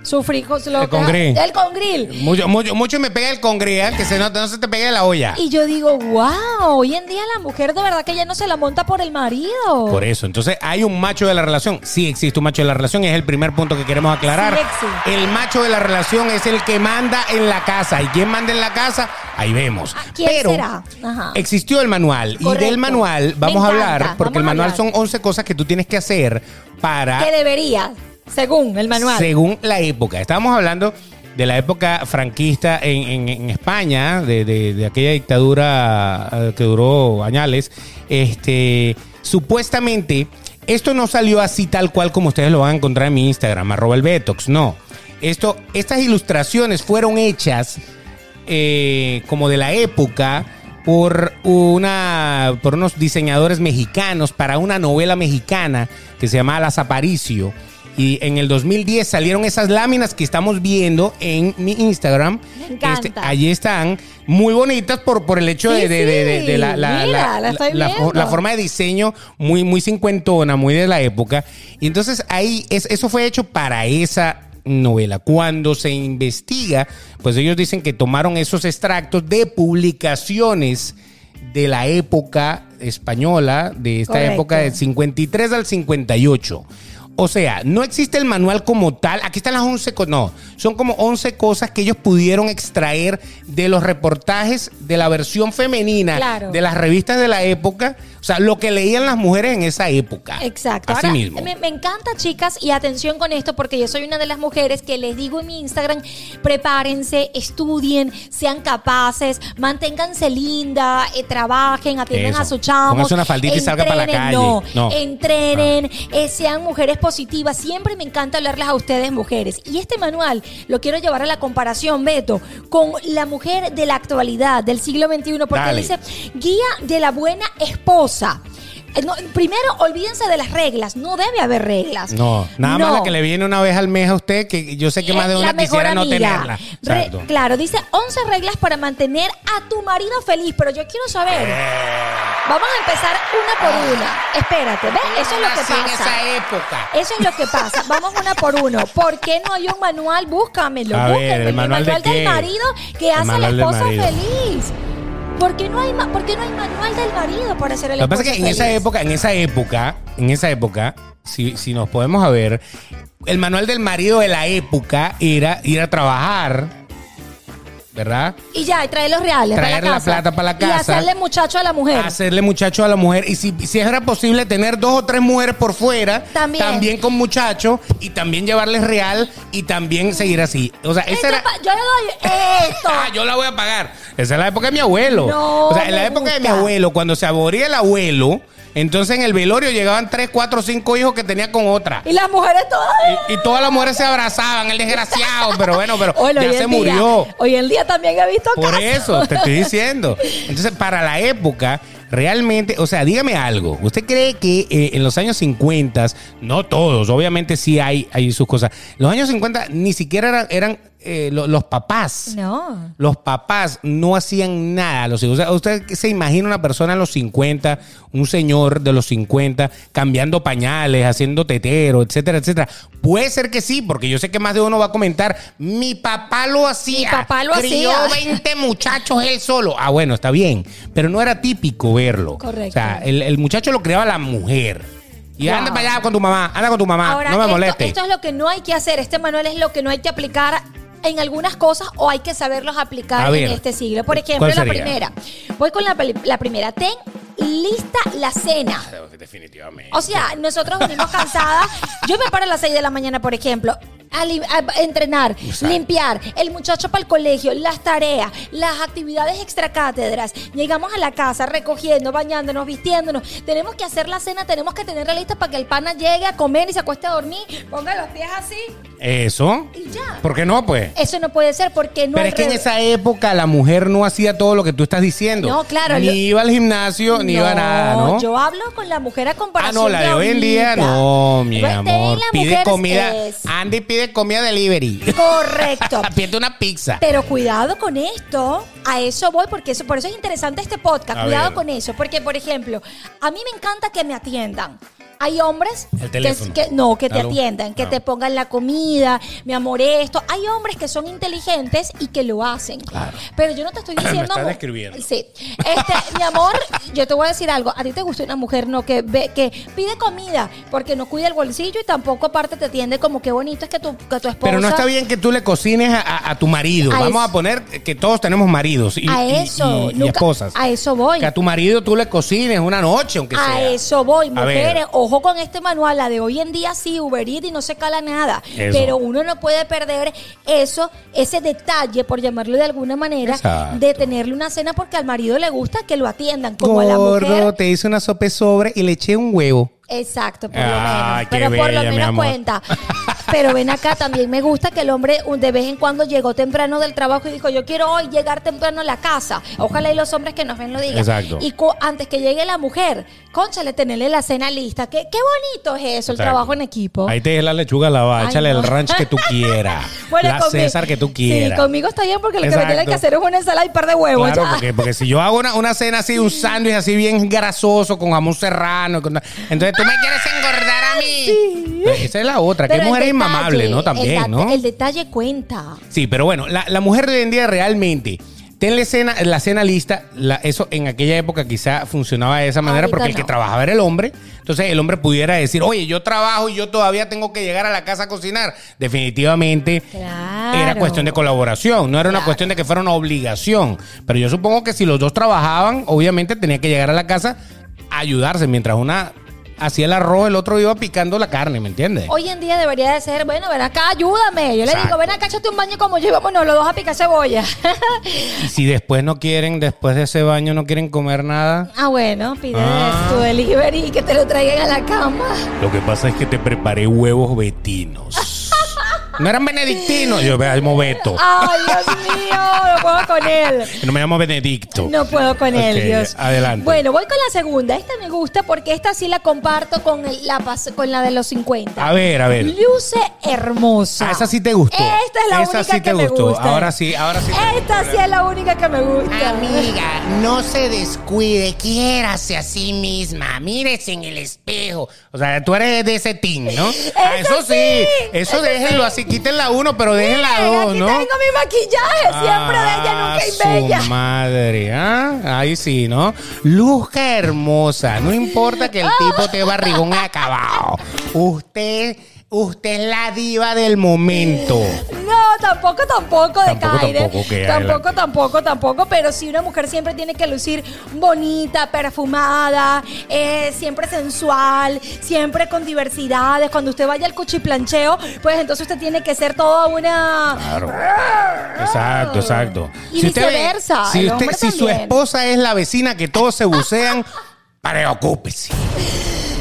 Speaker 2: Su frijol, lo
Speaker 1: El
Speaker 2: que-
Speaker 1: con grill.
Speaker 2: El con grill.
Speaker 1: Mucho, mucho, mucho me pega el congreal, que se no, no se te pegue la olla.
Speaker 2: Y yo digo, wow, hoy en día la mujer de verdad que ya no se la monta por el marido.
Speaker 1: Por eso, entonces hay un macho de la relación. Sí existe un macho de la relación, es el primer punto que queremos aclarar.
Speaker 2: Sí existe.
Speaker 1: el macho de la relación es el que manda en la casa. ¿Y quién manda en la casa? Ahí vemos.
Speaker 2: Ah, ¿quién
Speaker 1: Pero
Speaker 2: será? Ajá.
Speaker 1: existió el manual. Y
Speaker 2: Correcto.
Speaker 1: del manual
Speaker 2: Me
Speaker 1: vamos a
Speaker 2: encanta,
Speaker 1: hablar, porque
Speaker 2: vamos
Speaker 1: el
Speaker 2: a
Speaker 1: manual
Speaker 2: hablar.
Speaker 1: son 11 cosas que tú tienes que hacer para
Speaker 2: Que debería, según el manual.
Speaker 1: según la época. Estábamos hablando de la época franquista en, en- en España, de, de- de aquella dictadura eh, que duró añales. Este, supuestamente, esto no salió así tal cual como ustedes lo van a encontrar en mi Instagram, arroba el Betox, no. Esto, estas ilustraciones fueron hechas eh, como de la época por una por unos diseñadores mexicanos para una novela mexicana que se llama Las Aparicio y en el 2010 salieron esas láminas que estamos viendo en mi Instagram. Este,
Speaker 2: Me encanta.
Speaker 1: allí están, muy bonitas por, por el hecho de,
Speaker 2: Sí,
Speaker 1: de- de- de- de la, la-
Speaker 2: mira,
Speaker 1: la-
Speaker 2: la estoy
Speaker 1: la- la
Speaker 2: viendo.
Speaker 1: la forma de diseño muy, muy cincuentona, muy de la época. Y entonces ahí, es, eso fue hecho para esa novela. Cuando se investiga, pues ellos dicen que tomaron esos extractos de publicaciones de la época española, de esta
Speaker 2: Correcto.
Speaker 1: época del 53 al 58. O sea, no existe el manual como tal. Aquí están las 11 cosas. No, son como 11 cosas que ellos pudieron extraer de los reportajes de la versión femenina
Speaker 2: Claro.
Speaker 1: de las revistas de la época. O sea, lo que leían las mujeres en esa época.
Speaker 2: Exacto.
Speaker 1: Así
Speaker 2: Ahora,
Speaker 1: mismo.
Speaker 2: Me, me encanta, chicas, y atención con esto, porque yo soy una de las mujeres que les digo en mi Instagram: prepárense, estudien, sean capaces, manténganse linda, eh, trabajen, atiendan
Speaker 1: Eso.
Speaker 2: a sus chamos.
Speaker 1: Pónganse una faldita y salgan para la
Speaker 2: entrenen,
Speaker 1: calle.
Speaker 2: No,
Speaker 1: No. Ah.
Speaker 2: entrenen, eh, sean mujeres positivas. Siempre me encanta hablarles a ustedes, mujeres. Y este manual lo quiero llevar a la comparación, Beto, con la mujer de la actualidad, del siglo XXI, porque
Speaker 1: Dale.
Speaker 2: dice guía de la buena esposa. Eh, no, primero, olvídense de las reglas. No debe haber reglas.
Speaker 1: No, nada más la que le viene una vez al mes a usted, que yo sé que más de
Speaker 2: Eh,
Speaker 1: una
Speaker 2: la mejor
Speaker 1: quisiera no
Speaker 2: amiga.
Speaker 1: tenerla.
Speaker 2: Re-
Speaker 1: Exacto.
Speaker 2: claro, dice 11 reglas para mantener a tu marido feliz, pero yo quiero saber.
Speaker 1: Eh.
Speaker 2: Vamos a empezar una
Speaker 1: Ah.
Speaker 2: por una. Espérate, ¿ves? Eso es lo que
Speaker 1: Así en
Speaker 2: pasa.
Speaker 1: esa época.
Speaker 2: Eso es lo que pasa. Vamos una por uno. ¿Por qué no hay un manual? Búscamelo.
Speaker 1: A ver,
Speaker 2: búsquenmelo.
Speaker 1: ¿el manual de
Speaker 2: del
Speaker 1: qué?
Speaker 2: marido que
Speaker 1: El
Speaker 2: hace a la
Speaker 1: manual del
Speaker 2: esposa
Speaker 1: marido.
Speaker 2: feliz. ¿Por qué, no hay ma- ¿Por qué no hay manual del marido para hacer a la
Speaker 1: Lo que pasa
Speaker 2: esposa
Speaker 1: es que en esa
Speaker 2: feliz?
Speaker 1: época, en esa época, en esa época, si, si nos podemos a ver, el manual del marido de la época era ir a trabajar, ¿verdad?
Speaker 2: Y ya, y traer los reales
Speaker 1: Traer
Speaker 2: para
Speaker 1: la
Speaker 2: la casa.
Speaker 1: plata para la
Speaker 2: Y
Speaker 1: casa.
Speaker 2: hacerle muchacho a la mujer.
Speaker 1: Hacerle muchacho a la mujer. Y si, si era posible tener dos o tres mujeres por fuera,
Speaker 2: También.
Speaker 1: con muchachos, y también llevarles real, y también seguir así. O sea, esa
Speaker 2: Esto
Speaker 1: era.
Speaker 2: Este pa- Yo le doy esto.
Speaker 1: Ah, yo la voy a pagar. Esa es la época de mi abuelo.
Speaker 2: No,
Speaker 1: o sea, en la
Speaker 2: me
Speaker 1: época de mi
Speaker 2: gusta.
Speaker 1: abuelo, cuando se aboría el abuelo, entonces en el velorio llegaban tres, cuatro, cinco hijos que tenía con otra.
Speaker 2: y las mujeres todas.
Speaker 1: Y, y todas las mujeres se abrazaban, el desgraciado, pero bueno, pero
Speaker 2: (laughs) Bueno,
Speaker 1: ya
Speaker 2: hoy
Speaker 1: se
Speaker 2: en día-
Speaker 1: murió.
Speaker 2: Hoy en día también he visto
Speaker 1: Por
Speaker 2: casos.
Speaker 1: eso, te estoy diciendo. Entonces, para la época, realmente, o sea, dígame algo. ¿Usted cree que eh, en los años 50, no todos, obviamente sí hay, hay sus cosas, los años 50 ni siquiera eran, eran, eh, lo- los papás?
Speaker 2: No.
Speaker 1: Los papás no hacían nada a los hijos. O sea, usted se imagina una persona en los 50, un señor de los 50, cambiando pañales, haciendo tetero, etcétera, etcétera. Puede ser que sí, porque yo sé que más de uno va a comentar, mi papá lo hacía.
Speaker 2: papá lo
Speaker 1: crió
Speaker 2: hacía". (laughs)
Speaker 1: 20 muchachos él solo. Ah, bueno, está bien, pero no era típico verlo.
Speaker 2: Correcto.
Speaker 1: O sea, el, el muchacho lo creaba la mujer. Y
Speaker 2: Wow.
Speaker 1: anda para allá con tu mamá, anda con tu mamá,
Speaker 2: Ahora,
Speaker 1: no me
Speaker 2: esto-
Speaker 1: moleste.
Speaker 2: Esto, es lo que no hay que hacer. Este manual es lo que no hay que aplicar en algunas cosas o hay que saberlos
Speaker 1: A
Speaker 2: aplicar
Speaker 1: ver,
Speaker 2: en este siglo. Por ejemplo,
Speaker 1: ¿cuál
Speaker 2: la
Speaker 1: sería?
Speaker 2: primera. Voy con la, peli- la primera. Ten lista la cena.
Speaker 1: Definitivamente.
Speaker 2: O sea, nosotros venimos cansadas. Yo me paro a las 6 de la mañana, por ejemplo. A, li- a entrenar,
Speaker 1: Exacto.
Speaker 2: limpiar, el muchacho para el colegio, las tareas, las actividades extracátedras. Llegamos a la casa recogiendo, bañándonos, vistiéndonos. Tenemos que hacer la cena, tenemos que tenerla lista para que el pana llegue a comer y se acueste a dormir, ponga los pies así
Speaker 1: Eso.
Speaker 2: y ya.
Speaker 1: ¿Por qué no, pues?
Speaker 2: Eso no puede ser porque no
Speaker 1: Pero
Speaker 2: al
Speaker 1: es que en
Speaker 2: revés.
Speaker 1: esa época la mujer no hacía todo lo que tú estás diciendo.
Speaker 2: No, claro,
Speaker 1: Ni
Speaker 2: lo-
Speaker 1: iba al gimnasio, ni iba a nada, ¿no?
Speaker 2: Yo hablo con la mujer a
Speaker 1: Ah,
Speaker 2: comparación.
Speaker 1: no, la de hoy en día,
Speaker 2: ahorita.
Speaker 1: no, mi
Speaker 2: Pues, ten
Speaker 1: amor.
Speaker 2: la
Speaker 1: Pide
Speaker 2: mujer
Speaker 1: comida.
Speaker 2: es-
Speaker 1: Andy pide comida delivery. (laughs)
Speaker 2: Correcto.
Speaker 1: Pide una pizza.
Speaker 2: Pero cuidado con esto, a eso voy porque eso por eso es interesante este podcast.
Speaker 1: A
Speaker 2: cuidado
Speaker 1: ver.
Speaker 2: con eso, porque por ejemplo, a mí me encanta que me atiendan. Hay hombres
Speaker 1: El
Speaker 2: que,
Speaker 1: teléfono.
Speaker 2: que- no que te
Speaker 1: Aló.
Speaker 2: atiendan, que
Speaker 1: Ah.
Speaker 2: te pongan la comida, mi amor esto. Hay hombres que son inteligentes y que lo hacen. Pero yo no te estoy
Speaker 1: (clears throat) Me
Speaker 2: diciendo.
Speaker 1: estás
Speaker 2: amor-
Speaker 1: describiendo.
Speaker 2: Sí.
Speaker 1: (laughs)
Speaker 2: Este, mi amor, yo te voy a decir algo. A ti te gusta una mujer no que ve, que pide comida porque no cuida el bolsillo y tampoco aparte te atiende como qué bonito es que tu que tu esposa.
Speaker 1: Pero no está bien que tú le cocines a, a- a tu marido.
Speaker 2: A
Speaker 1: Vamos
Speaker 2: eso.
Speaker 1: a poner que todos tenemos maridos y,
Speaker 2: a
Speaker 1: y-
Speaker 2: eso,
Speaker 1: y- y
Speaker 2: nunca-
Speaker 1: esposas.
Speaker 2: A eso voy.
Speaker 1: Que a tu marido tú le cocines una noche, aunque sea.
Speaker 2: A eso voy,
Speaker 1: A ver.
Speaker 2: mujeres. Ojo con este manual. La de hoy en día sí, Uber Eats y no se cala nada.
Speaker 1: Eso.
Speaker 2: Pero uno no puede perder eso, ese detalle, por llamarlo de alguna manera,
Speaker 1: Exacto.
Speaker 2: de tenerle una cena porque al marido le gusta que lo atiendan como a la
Speaker 1: Gordo,
Speaker 2: mujer.
Speaker 1: te hice una sopa sobre y le eché un huevo.
Speaker 2: Exacto, por
Speaker 1: Ah,
Speaker 2: lo menos.
Speaker 1: qué
Speaker 2: Pero por
Speaker 1: bella,
Speaker 2: lo
Speaker 1: mi
Speaker 2: menos
Speaker 1: amor.
Speaker 2: cuenta. Pero ven acá, también me gusta que el hombre un- de vez en cuando llegó temprano del trabajo y dijo, yo quiero hoy llegar temprano a la casa. Ojalá y los hombres que nos ven lo digan.
Speaker 1: Exacto.
Speaker 2: Y cu- antes que llegue la mujer, conchale, tenerle la cena lista. Qué, qué bonito es eso, el
Speaker 1: Exacto.
Speaker 2: trabajo en equipo.
Speaker 1: Ahí te dejé la lechuga lavada,
Speaker 2: Ay,
Speaker 1: échale
Speaker 2: no.
Speaker 1: el ranch
Speaker 2: (laughs)
Speaker 1: que tú quieras.
Speaker 2: Bueno,
Speaker 1: la
Speaker 2: conmi-
Speaker 1: César que tú quieras.
Speaker 2: Sí, conmigo está bien porque lo que me
Speaker 1: Exacto.
Speaker 2: tiene que hacer es una ensalada y un par de huevos.
Speaker 1: Claro,
Speaker 2: ya.
Speaker 1: porque, porque si yo hago una, una cena así, un sándwich así bien grasoso, con jamón serrano, con- entonces tú me quieres engordar a mí. Pero Esa es la otra, que
Speaker 2: Pero el
Speaker 1: mujer
Speaker 2: detalle,
Speaker 1: inmamable, ¿no?
Speaker 2: el
Speaker 1: También,
Speaker 2: dat-
Speaker 1: ¿no?
Speaker 2: El detalle cuenta.
Speaker 1: Sí, pero bueno, la, la mujer de hoy en día realmente. Tenle cena, la cena lista, la- eso en aquella época quizá funcionaba de esa manera
Speaker 2: Ahorita
Speaker 1: porque el que
Speaker 2: no.
Speaker 1: trabajaba era el hombre. Entonces el hombre pudiera decir, oye, yo trabajo y yo todavía tengo que llegar a la casa a cocinar. Definitivamente
Speaker 2: Claro.
Speaker 1: era cuestión de colaboración, no era una
Speaker 2: Claro.
Speaker 1: cuestión de que fuera una obligación. Pero yo supongo que si los dos trabajaban, obviamente tenía que llegar a la casa a ayudarse. Mientras una hacía el arroz, el otro iba picando la carne, ¿me entiendes?
Speaker 2: Hoy en día debería de ser, bueno, ven acá, ayúdame. Yo le
Speaker 1: Exacto.
Speaker 2: digo, ven acá, échate un baño como yo y vámonos los dos a picar cebolla. (laughs)
Speaker 1: Y si después no quieren, después de ese baño no quieren comer nada.
Speaker 2: ah, bueno, pide
Speaker 1: Ah.
Speaker 2: tu delivery y que te lo traigan a la cama.
Speaker 1: Lo que pasa es que te preparé huevos
Speaker 2: (laughs)
Speaker 1: betinos. No eran benedictinos. Yo me llamo Beto.
Speaker 2: Ay, Dios mío, Ah, no puedo con él.
Speaker 1: No me llamo Benedicto.
Speaker 2: No puedo con él,
Speaker 1: Ok,
Speaker 2: Dios.
Speaker 1: adelante.
Speaker 2: Bueno, voy con la segunda. Esta me gusta porque esta sí la comparto con el- la, pas- con la de los 50.
Speaker 1: A ver, a ver.
Speaker 2: Luce hermosa.
Speaker 1: Ah, esa sí te gustó.
Speaker 2: Esta es la
Speaker 1: Esa
Speaker 2: única
Speaker 1: sí te
Speaker 2: que
Speaker 1: gustó.
Speaker 2: me gusta.
Speaker 1: Ahora sí, ahora sí. te
Speaker 2: Esta sí es la única que me gusta.
Speaker 3: Amiga, no se descuide, quiérase a sí misma, mírese en el espejo.
Speaker 1: O sea, tú eres de ese team, ¿no?
Speaker 2: (laughs)
Speaker 1: Ah,
Speaker 2: Eso
Speaker 1: eso sí.
Speaker 2: sí,
Speaker 1: Eso déjenlo así. Quiten la uno, pero dejen la
Speaker 2: Miren,
Speaker 1: dos,
Speaker 2: aquí
Speaker 1: Oh, ¿no?
Speaker 2: tengo mi maquillaje, siempre de ella, nunca
Speaker 1: Ah,
Speaker 2: y bella.
Speaker 1: Su madre, ¿ah? Ahí sí, ¿no? Luzca hermosa. No importa que el tipo te barrigón acabado. Usted, usted es la diva del momento.
Speaker 2: No, tampoco, tampoco de
Speaker 1: Tampoco,
Speaker 2: Caire.
Speaker 1: tampoco, ok, adelante.
Speaker 2: tampoco, tampoco, tampoco. Pero sí, una mujer siempre tiene que lucir bonita, perfumada, eh, siempre sensual, siempre con diversidades. Cuando usted vaya al cuchiplancheo, pues entonces usted tiene que ser toda una.
Speaker 1: Claro. Exacto, exacto.
Speaker 2: Y
Speaker 1: usted ve-
Speaker 2: viceversa,
Speaker 1: si,
Speaker 2: el
Speaker 1: usted-
Speaker 2: hombre
Speaker 1: si su
Speaker 2: también.
Speaker 1: esposa es la vecina que todos se bucean, preocúpese.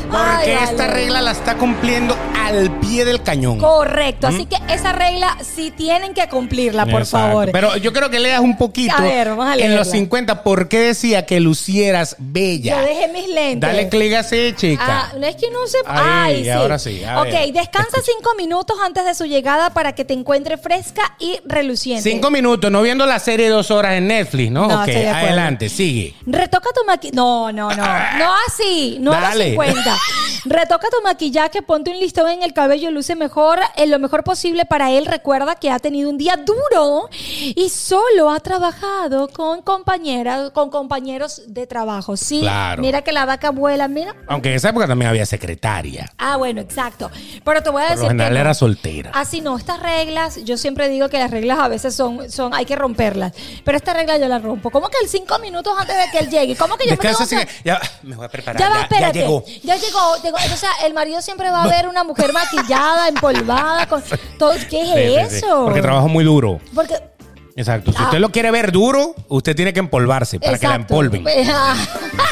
Speaker 1: Porque
Speaker 2: Ay, vale.
Speaker 1: esta regla la está cumpliendo al pie del cañón.
Speaker 2: Correcto. Así que esa regla sí tienen que cumplirla, por
Speaker 1: ¿Mm? Exacto.
Speaker 2: favor.
Speaker 1: Pero yo creo que leas un poquito.
Speaker 2: A ver, vamos a
Speaker 1: En
Speaker 2: leerla.
Speaker 1: los 50, ¿por qué decía que lucieras bella?
Speaker 2: Yo dejé mis lentes.
Speaker 1: Dale clic así, chica.
Speaker 2: Ah, no es que no se.
Speaker 1: Ahí,
Speaker 2: Ay, sí.
Speaker 1: ahora sí, a
Speaker 2: ok,
Speaker 1: ver.
Speaker 2: descansa cinco minutos antes de su llegada para que te encuentre fresca y reluciente.
Speaker 1: Cinco minutos, no viendo la serie dos horas en Netflix, ¿no?
Speaker 2: No,
Speaker 1: ok,
Speaker 2: estoy de acuerdo.
Speaker 1: adelante, sigue.
Speaker 2: Retoca tu maquillaje. No, no, no. No así. No a los
Speaker 1: Ah. Dale. (laughs)
Speaker 2: 50. Retoca tu maquillaje, ponte un listón en el cabello, luce mejor, en lo mejor posible para él. Recuerda que ha tenido un día duro y solo ha trabajado con compañeras, con compañeros de trabajo. Sí.
Speaker 1: Claro.
Speaker 2: Mira que la vaca vuela, mira.
Speaker 1: Aunque en esa época también había secretaria.
Speaker 2: Ah, bueno, exacto. Pero te voy a
Speaker 1: Por
Speaker 2: decir.
Speaker 1: lo general
Speaker 2: que no. Ah,
Speaker 1: era soltera.
Speaker 2: Así no, estas reglas, yo siempre digo que las reglas a veces son, son, hay que romperlas. Pero esta regla yo la rompo. ¿Cómo que el cinco minutos antes de que él llegue? ¿Cómo que yo
Speaker 1: Descansa,
Speaker 2: me tengo que-
Speaker 1: sigue. Ya, me voy a preparar.
Speaker 2: ya va,
Speaker 1: ya,
Speaker 2: espérate.
Speaker 1: llegó.
Speaker 2: Ya llegó. llegó. O sea, el marido siempre va a ver una mujer maquillada, empolvada, con todo. ¿Qué es
Speaker 1: Sí, sí, sí.
Speaker 2: eso?
Speaker 1: Porque trabajo muy duro.
Speaker 2: Porque.
Speaker 1: Exacto. Si
Speaker 2: Ah.
Speaker 1: usted lo quiere ver duro, usted tiene que empolvarse para que la
Speaker 2: Exacto. (laughs) Ah,
Speaker 1: empolven.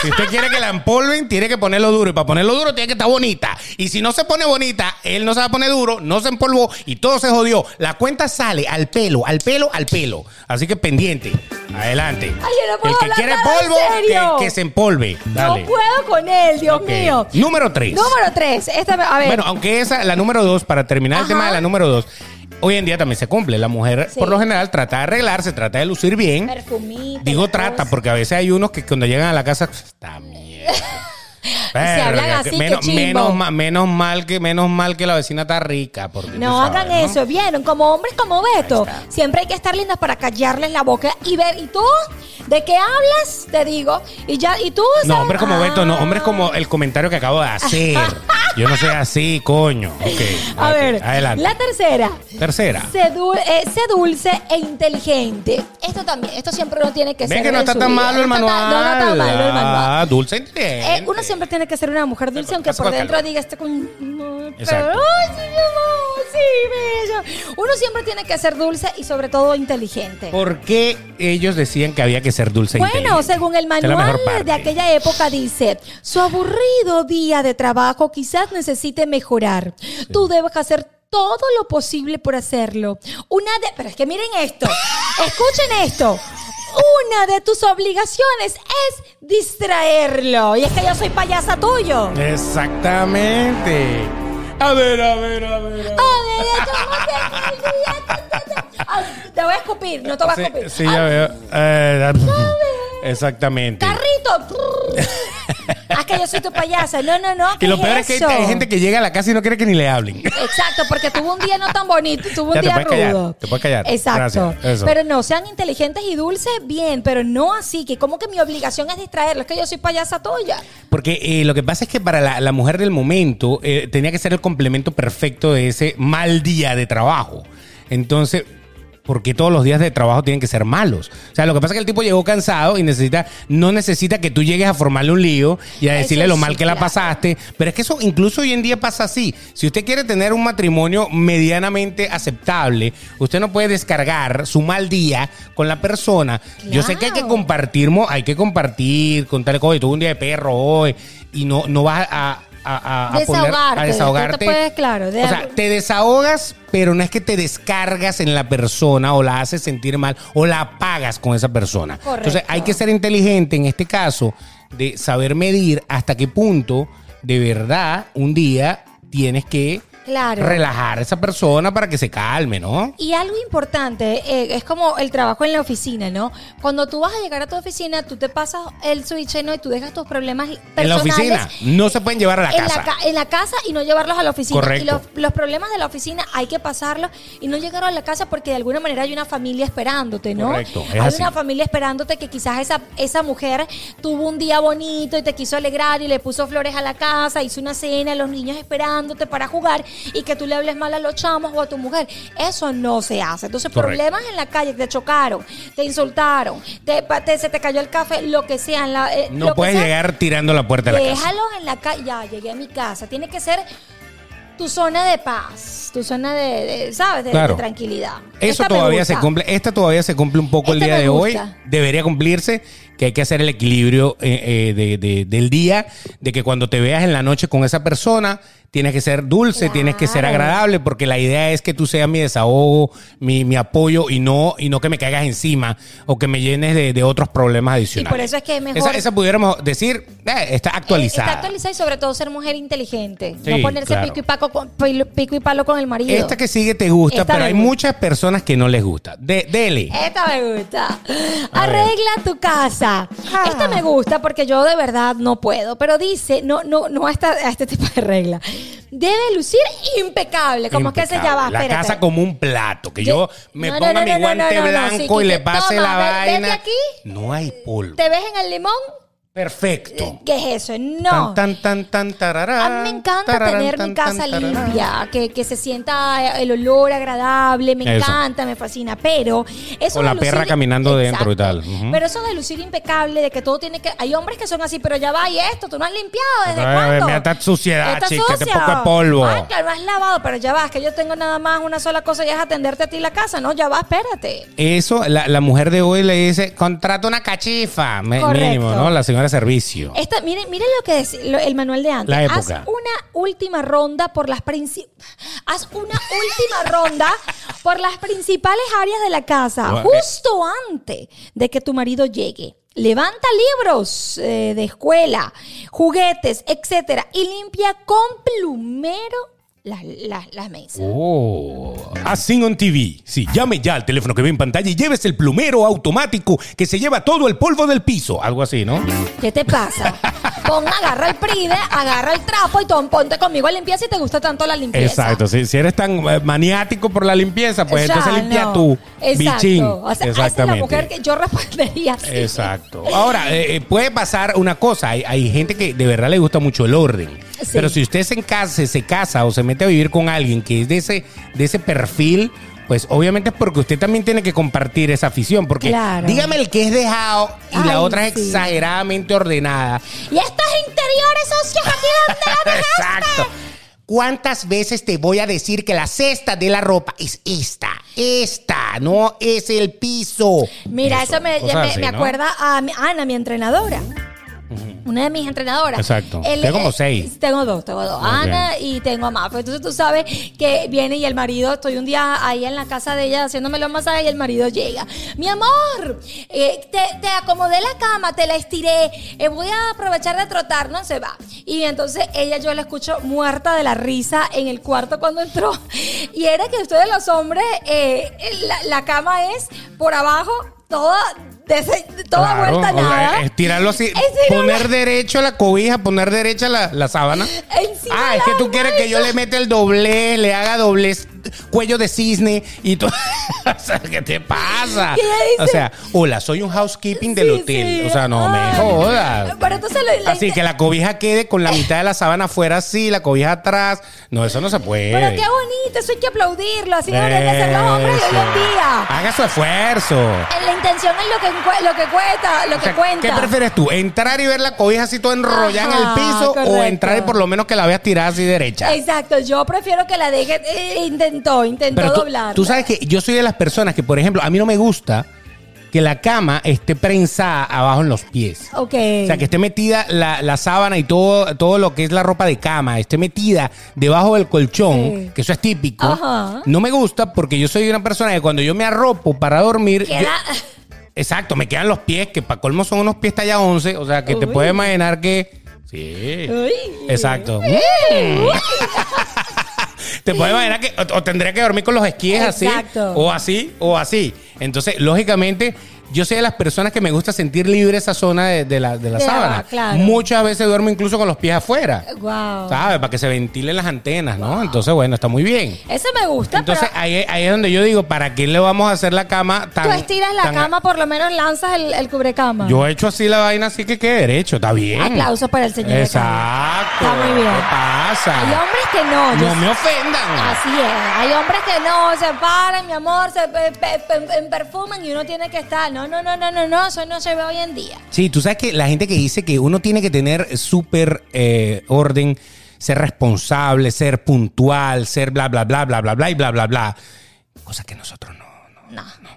Speaker 1: Si usted quiere que la empolven, tiene que ponerlo duro. Y para ponerlo duro, tiene que estar bonita. Y si no se pone bonita, él no se va a poner duro, no se empolvó y todo se jodió. La cuenta sale al pelo, al pelo, al pelo. Así que pendiente. Adelante.
Speaker 2: Ay, yo no puedo
Speaker 1: El que
Speaker 2: hablar
Speaker 1: quiere
Speaker 2: nada, en
Speaker 1: polvo,
Speaker 2: serio.
Speaker 1: que, que se empolve. Dale.
Speaker 2: No puedo con él, Dios
Speaker 1: Ok.
Speaker 2: mío.
Speaker 1: Número tres.
Speaker 2: Número tres. Esta, me- a ver.
Speaker 1: Bueno, aunque esa, la número dos, para terminar el
Speaker 2: Ajá.
Speaker 1: tema de la número dos, hoy en día también se cumple. La mujer,
Speaker 2: Sí.
Speaker 1: por lo general, trata de arreglarse, trata de lucir bien.
Speaker 2: perfumito.
Speaker 1: Digo trata, porque a veces hay unos que cuando llegan a la casa, esta
Speaker 2: (laughs)
Speaker 1: mierda.
Speaker 2: Se hablan
Speaker 1: Verga, que
Speaker 2: así, qué
Speaker 1: menos,
Speaker 2: chimbo.
Speaker 1: menos, ma- menos mal que menos mal que la vecina está rica. Porque tú
Speaker 2: No
Speaker 1: sabes,
Speaker 2: hagan
Speaker 1: ¿no?
Speaker 2: eso, ¿vieron? Como hombres como Beto, siempre hay que estar lindas para callarles la boca y ver. ¿Y tú? ¿De qué hablas? Te digo. Y ya, ¿y tú?
Speaker 1: No,
Speaker 2: sabes?
Speaker 1: hombres como Beto, no,
Speaker 2: Ah.
Speaker 1: hombres como el comentario que acabo de
Speaker 2: (laughs)
Speaker 1: hacer. Yo no soy así, coño. Ok,
Speaker 2: A
Speaker 1: ok,
Speaker 2: ver,
Speaker 1: adelante.
Speaker 2: la tercera.
Speaker 1: Tercera.
Speaker 2: Sé, dul- eh, sé dulce e inteligente. Esto también, esto siempre uno tiene que ser.
Speaker 1: Ven que no
Speaker 2: en
Speaker 1: está
Speaker 2: su
Speaker 1: tan
Speaker 2: vida.
Speaker 1: malo el
Speaker 2: No está tan-
Speaker 1: manual.
Speaker 2: No, no está malo el manual.
Speaker 1: Ah, dulce inteligente.
Speaker 2: Eh, uno siempre tiene que ser una mujer dulce, aunque
Speaker 1: pasa
Speaker 2: por
Speaker 1: con
Speaker 2: dentro
Speaker 1: calor.
Speaker 2: diga este con. no, Pero,
Speaker 1: Exacto.
Speaker 2: ay, sí, mi amor, sí, bello. Uno siempre tiene que ser dulce y sobre todo inteligente.
Speaker 1: ¿Por qué ellos decían que había que ser dulce e
Speaker 2: Bueno,
Speaker 1: inteligente?
Speaker 2: según el
Speaker 1: Esta es la
Speaker 2: manual
Speaker 1: mejor parte.
Speaker 2: de aquella época dice, su aburrido día de trabajo quizás necesite mejorar. Tú debes hacer todo lo posible por hacerlo. Una de... Pero es que miren
Speaker 1: (laughs)
Speaker 2: esto. Escuchen esto. Una de tus obligaciones es distraerlo. Y es que yo soy
Speaker 1: (laughs)
Speaker 2: payasa tuyo.
Speaker 1: Exactamente. A ver, a ver, a ver. a ver.
Speaker 2: A ver, ¿cómo te olvidas? Ay, Te voy a escupir, no te voy a
Speaker 1: Sí,
Speaker 2: escupir.
Speaker 1: sí,
Speaker 2: Ay,
Speaker 1: ya veo. Eh, exactamente.
Speaker 2: ¡Carrito!
Speaker 1: (laughs)
Speaker 2: es que yo soy tu payasa. No, no, no.
Speaker 1: Y
Speaker 2: ¿qué
Speaker 1: lo peor es que hay,
Speaker 2: eso?
Speaker 1: hay gente que llega a la casa y no quiere que ni le hablen. (laughs)
Speaker 2: Exacto, porque tuvo un día no tan bonito, tuvo un
Speaker 1: Ya, te
Speaker 2: día
Speaker 1: puedes callar,
Speaker 2: rudo.
Speaker 1: te puedes callar.
Speaker 2: Exacto.
Speaker 1: Gracias, eso.
Speaker 2: Pero no, sean inteligentes y dulces, bien, pero no así, que como que mi obligación es distraerlo, es que yo soy payasa toya.
Speaker 1: Porque eh, lo que pasa es que para la, la mujer del momento eh, tenía que ser el complemento perfecto de ese mal día de trabajo. Entonces, porque todos los días de trabajo tienen que ser malos. O sea, lo que pasa es que el tipo llegó cansado y necesita, no necesita que tú llegues a formarle un lío y a
Speaker 2: Eso
Speaker 1: decirle lo
Speaker 2: sí,
Speaker 1: mal que la
Speaker 2: claro.
Speaker 1: pasaste. Pero es que eso incluso hoy en día pasa así. Si usted quiere tener un matrimonio medianamente aceptable, usted no puede descargar su mal día con la persona. Yo sé que hay que
Speaker 2: Claro.
Speaker 1: compartir, mo- hay que compartir, contarle cosas. Y tuve un día de perro hoy y no, no vas a... a- a- a poner-
Speaker 2: Desahogarte,
Speaker 1: a
Speaker 2: tú te
Speaker 1: desahogarte.
Speaker 2: puedes, claro, de-
Speaker 1: o sea, te desahogas, pero no es que te descargas en la persona o la haces sentir mal o la apagas con esa persona.
Speaker 2: Correcto.
Speaker 1: Entonces hay que ser inteligente en este caso de saber medir hasta qué punto de verdad un día tienes que
Speaker 2: Claro.
Speaker 1: relajar a esa persona para que se calme, ¿no?
Speaker 2: Y algo importante eh, es como el trabajo en la oficina, ¿no? Cuando tú vas a llegar a tu oficina, tú te pasas el switch ¿no? y tú dejas tus problemas
Speaker 1: En la
Speaker 2: personales
Speaker 1: oficina no se pueden llevar a la
Speaker 2: en,
Speaker 1: casa.
Speaker 2: La ca- en la casa y no llevarlos a la oficina.
Speaker 1: Correcto.
Speaker 2: Y los, los problemas de la oficina hay que pasarlos y no llegar a la casa porque de alguna manera hay una familia esperándote, ¿no?
Speaker 1: Correcto, es
Speaker 2: Hay
Speaker 1: así.
Speaker 2: una familia esperándote que quizás esa, esa mujer tuvo un día bonito y te quiso alegrar y le puso flores a la casa, hizo una cena, los niños esperándote para jugar y que tú le hables mal a los chamos o a tu mujer. Eso no se hace. Entonces,
Speaker 1: Correcto.
Speaker 2: problemas en la calle, te chocaron, te insultaron, te, te- se te cayó el café, lo que sea. En la, eh, lo
Speaker 1: no
Speaker 2: que
Speaker 1: puedes
Speaker 2: sea,
Speaker 1: llegar tirando la puerta de la casa.
Speaker 2: Déjalos en la calle. Ya, llegué a mi casa. Tiene que ser tu zona de paz, tu zona de, de- ¿sabes? De, de
Speaker 1: Claro.
Speaker 2: tranquilidad.
Speaker 1: Eso
Speaker 2: Esta me
Speaker 1: todavía
Speaker 2: gusta. Eh,
Speaker 1: se cumple, esta todavía se cumple un poco el
Speaker 2: Esta
Speaker 1: día
Speaker 2: me
Speaker 1: de hoy.
Speaker 2: gusta.
Speaker 1: Debería cumplirse, que hay que hacer el equilibrio eh, eh, de- de- del día, de que cuando te veas en la noche con esa persona, tienes que ser dulce,
Speaker 2: Claro.
Speaker 1: tienes que ser agradable, porque la idea es que tú seas mi desahogo, mi, mi apoyo y no, y no que me caigas encima o que me llenes de, de otros problemas adicionales.
Speaker 2: por eso es que es mejor-
Speaker 1: Esa, esa pudiéramos decir, eh, está actualizada.
Speaker 2: Está actualizada y sobre todo ser mujer inteligente.
Speaker 1: Sí,
Speaker 2: no ponerse
Speaker 1: claro.
Speaker 2: pico, y paco con- pilo- pico y palo con el marido.
Speaker 1: Esta que sigue te gusta,
Speaker 2: Esta
Speaker 1: pero
Speaker 2: me
Speaker 1: hay
Speaker 2: gusta.
Speaker 1: muchas personas que no les gusta. De, dele.
Speaker 2: Esta me gusta.
Speaker 1: A ver. Ah.
Speaker 2: Arregla tu casa. Esta me gusta porque yo de verdad no puedo. Pero dice, no, no, no a, esta- a este tipo de regla. Debe lucir impecable. Como que se
Speaker 1: Impecable.
Speaker 2: llama.
Speaker 1: La casa como un plato, que yo me
Speaker 2: No, no,
Speaker 1: ponga
Speaker 2: no,
Speaker 1: mi
Speaker 2: no, no,
Speaker 1: guante
Speaker 2: no, no,
Speaker 1: blanco
Speaker 2: sí,
Speaker 1: y
Speaker 2: que
Speaker 1: le
Speaker 2: te
Speaker 1: pase
Speaker 2: toma,
Speaker 1: la
Speaker 2: ve- vete
Speaker 1: vaina.
Speaker 2: aquí.
Speaker 1: No hay polvo.
Speaker 2: ¿Te ves en el limón?
Speaker 1: Perfecto.
Speaker 2: ¿Qué es eso? No.
Speaker 1: Tan, tan, tan, tan, tararán,
Speaker 2: a mí me encanta
Speaker 1: tararán,
Speaker 2: tener
Speaker 1: tan,
Speaker 2: mi casa
Speaker 1: tan, tararán.
Speaker 2: limpia, que, que se sienta el olor agradable, me
Speaker 1: Eso.
Speaker 2: encanta, me fascina, pero eso
Speaker 1: O la perra caminando dentro y tal. Ujú.
Speaker 2: Pero eso de lucir impecable, de que todo tiene que... Hay hombres que son así, pero ya va, y esto, tú no has limpiado, ¿desde
Speaker 1: Ay,
Speaker 2: cuándo?
Speaker 1: mira esta suciedad,
Speaker 2: Está
Speaker 1: chica, este
Speaker 2: sucio.
Speaker 1: poco de polvo.
Speaker 2: Ay, claro, no has lavado, pero ya va, es que yo tengo nada más una sola cosa y es atenderte a ti la casa, ¿no? Ya va, espérate.
Speaker 1: Eso, la, la mujer de hoy le dice, contrata una cachifa. me-
Speaker 2: Correcto.
Speaker 1: Mínimo, ¿no? La señora de servicio.
Speaker 2: Esta, miren, miren lo que decía el manual de antes.
Speaker 1: La época.
Speaker 2: Haz una última ronda por las principales. Haz una última ronda por las principales áreas de la casa,
Speaker 1: Bueno,
Speaker 2: justo antes de que tu marido llegue. Levanta libros eh, de escuela, juguetes, etcétera, y limpia con plumero las, las- las mesas.
Speaker 1: Oh. Así on TV. Sí, llame ya al teléfono que ve en pantalla y lleves el plumero automático que se lleva todo el polvo del piso. Algo así, ¿no?
Speaker 2: ¿Qué te pasa?
Speaker 1: (laughs)
Speaker 2: Pon, agarra el pride, agarra el trapo y ton, ponte conmigo a limpiar si te gusta tanto la limpieza.
Speaker 1: Exacto, si, si eres tan eh, maniático por la limpieza, pues
Speaker 2: O sea,
Speaker 1: entonces limpia
Speaker 2: no.
Speaker 1: tú,
Speaker 2: Exacto.
Speaker 1: bichín.
Speaker 2: O sea, esa es la mujer que yo respondería así.
Speaker 1: Exacto. Ahora, eh, eh, puede pasar una cosa, hay, hay gente que de verdad le gusta mucho el orden,
Speaker 2: Sí.
Speaker 1: pero si usted se, encase, se casa o se mete a vivir con alguien que es de ese, de ese perfil, pues obviamente es porque usted también tiene que compartir esa afición, porque
Speaker 2: Claro.
Speaker 1: dígame el que es dejado y
Speaker 2: Ay,
Speaker 1: la otra es
Speaker 2: sí.
Speaker 1: exageradamente ordenada.
Speaker 2: (laughs) Y estos interiores socios aquí donde la
Speaker 1: Exacto. ¿Cuántas veces te voy a decir que la cesta de la ropa es esta? Esta, no es el piso.
Speaker 2: Mira, eso, me,
Speaker 1: cosas
Speaker 2: me-
Speaker 1: así,
Speaker 2: me
Speaker 1: ¿no?
Speaker 2: acuerda a mi- Ana, mi entrenadora. Una de mis entrenadoras.
Speaker 1: Exacto. Tengo como
Speaker 2: eh,
Speaker 1: seis.
Speaker 2: Tengo dos, tengo dos.
Speaker 1: Ok.
Speaker 2: Ana y tengo a Mafe. Entonces tú sabes que viene y el marido, estoy un día ahí en la casa de ella haciéndome los masajes y el marido llega. Mi amor, eh, te, te acomodé la cama, te la estiré, eh, voy a aprovechar de trotar, ¿no? Se va. Y entonces ella yo la escucho muerta de la risa en el cuarto cuando entró. Y era que ustedes los hombres, eh, la, la cama es por abajo, toda, dese- toda
Speaker 1: Claro,
Speaker 2: vuelta a
Speaker 1: o sea,
Speaker 2: nada.
Speaker 1: estirarlo así.
Speaker 2: Estirarlo.
Speaker 1: Poner derecho la cobija, poner derecha la, la sábana.
Speaker 2: Encima
Speaker 1: ah,
Speaker 2: de
Speaker 1: es que
Speaker 2: la
Speaker 1: tú quieres que yo
Speaker 2: almohada.
Speaker 1: le meta el doblez, le haga doblez cuello de cisne y todo. (laughs) o sea, ¿qué te pasa?
Speaker 2: Y ella dice-
Speaker 1: o sea, hola, soy un housekeeping del
Speaker 2: Sí,
Speaker 1: hotel.
Speaker 2: sí.
Speaker 1: O sea, no
Speaker 2: Ay.
Speaker 1: me jodas.
Speaker 2: Pero entonces lo- la
Speaker 1: Así
Speaker 2: inte-
Speaker 1: que la cobija quede
Speaker 2: (laughs)
Speaker 1: con la mitad de la sábana afuera así, la cobija atrás. No, eso no se puede.
Speaker 2: Pero qué bonito, eso hay que aplaudirlo. Así no deben de ser los hombres de hoy en
Speaker 1: Eso.
Speaker 2: día.
Speaker 1: Haga su esfuerzo.
Speaker 2: Eh, La intención es lo que, encue- lo que cuesta, lo
Speaker 1: O sea,
Speaker 2: que cuenta.
Speaker 1: ¿Qué prefieres tú? ¿Entrar y ver la cobija así todo enrollada en el
Speaker 2: Ajá,
Speaker 1: piso?
Speaker 2: correcto.
Speaker 1: ¿O entrar y por lo menos que la veas tirada así derecha?
Speaker 2: Exacto, yo prefiero que la deje. eh, intentó, intentó
Speaker 1: Pero tú,
Speaker 2: doblar.
Speaker 1: tú sabes que yo soy de las personas que, por ejemplo, a mí no me gusta que la cama esté prensada abajo en los pies.
Speaker 2: Ok.
Speaker 1: O sea, que esté metida la, la sábana y todo, todo lo que es la ropa de cama, esté metida debajo del colchón,
Speaker 2: Sí.
Speaker 1: que eso es típico.
Speaker 2: Ajá.
Speaker 1: No me gusta porque yo soy una persona que cuando yo me arropo para dormir, yo-
Speaker 2: Queda-
Speaker 1: exacto, me quedan los pies, que para colmo son unos pies talla 11, o sea, que te
Speaker 2: Uy.
Speaker 1: puedes imaginar que... Sí.
Speaker 2: (laughs) Uy.
Speaker 1: Exacto. Te puedes imaginar que o, o tendría que dormir con los esquíes
Speaker 2: Exacto.
Speaker 1: así, o así, o así. Entonces, lógicamente, yo soy de las personas que me gusta sentir libre esa zona de, de la, de la
Speaker 2: De la-
Speaker 1: sábana.
Speaker 2: claro.
Speaker 1: Muchas veces duermo incluso con los pies afuera,
Speaker 2: Wow.
Speaker 1: ¿sabes? Para que se ventilen las antenas, ¿no? Entonces, bueno, está muy bien.
Speaker 2: Eso me gusta,
Speaker 1: Entonces,
Speaker 2: pero
Speaker 1: ahí, ahí es donde yo digo, ¿para qué le vamos a hacer la cama tan...
Speaker 2: tú estiras la
Speaker 1: tan-
Speaker 2: cama, por lo menos lanzas el, el cubrecama.
Speaker 1: Yo he hecho así la vaina, así que quede derecho, está bien.
Speaker 2: Aplausos para el señor de cama.
Speaker 1: Exacto.
Speaker 2: Está muy bien.
Speaker 1: ¿Qué pasa?
Speaker 2: Hay hombres que no.
Speaker 1: No
Speaker 2: yo
Speaker 1: me ofendan.
Speaker 2: Así es, hay hombres que no se paran, mi amor, se pe- pe- pe- em- perfuman y uno tiene que estar. No, no, no, no, no, no, eso no se ve hoy en día.
Speaker 1: Sí, tú sabes que la gente que dice que uno tiene que tener súper eh, orden, ser responsable, ser puntual, ser bla, bla, bla, bla, bla, bla y bla, bla, bla. Cosa que nosotros no. no.
Speaker 2: No.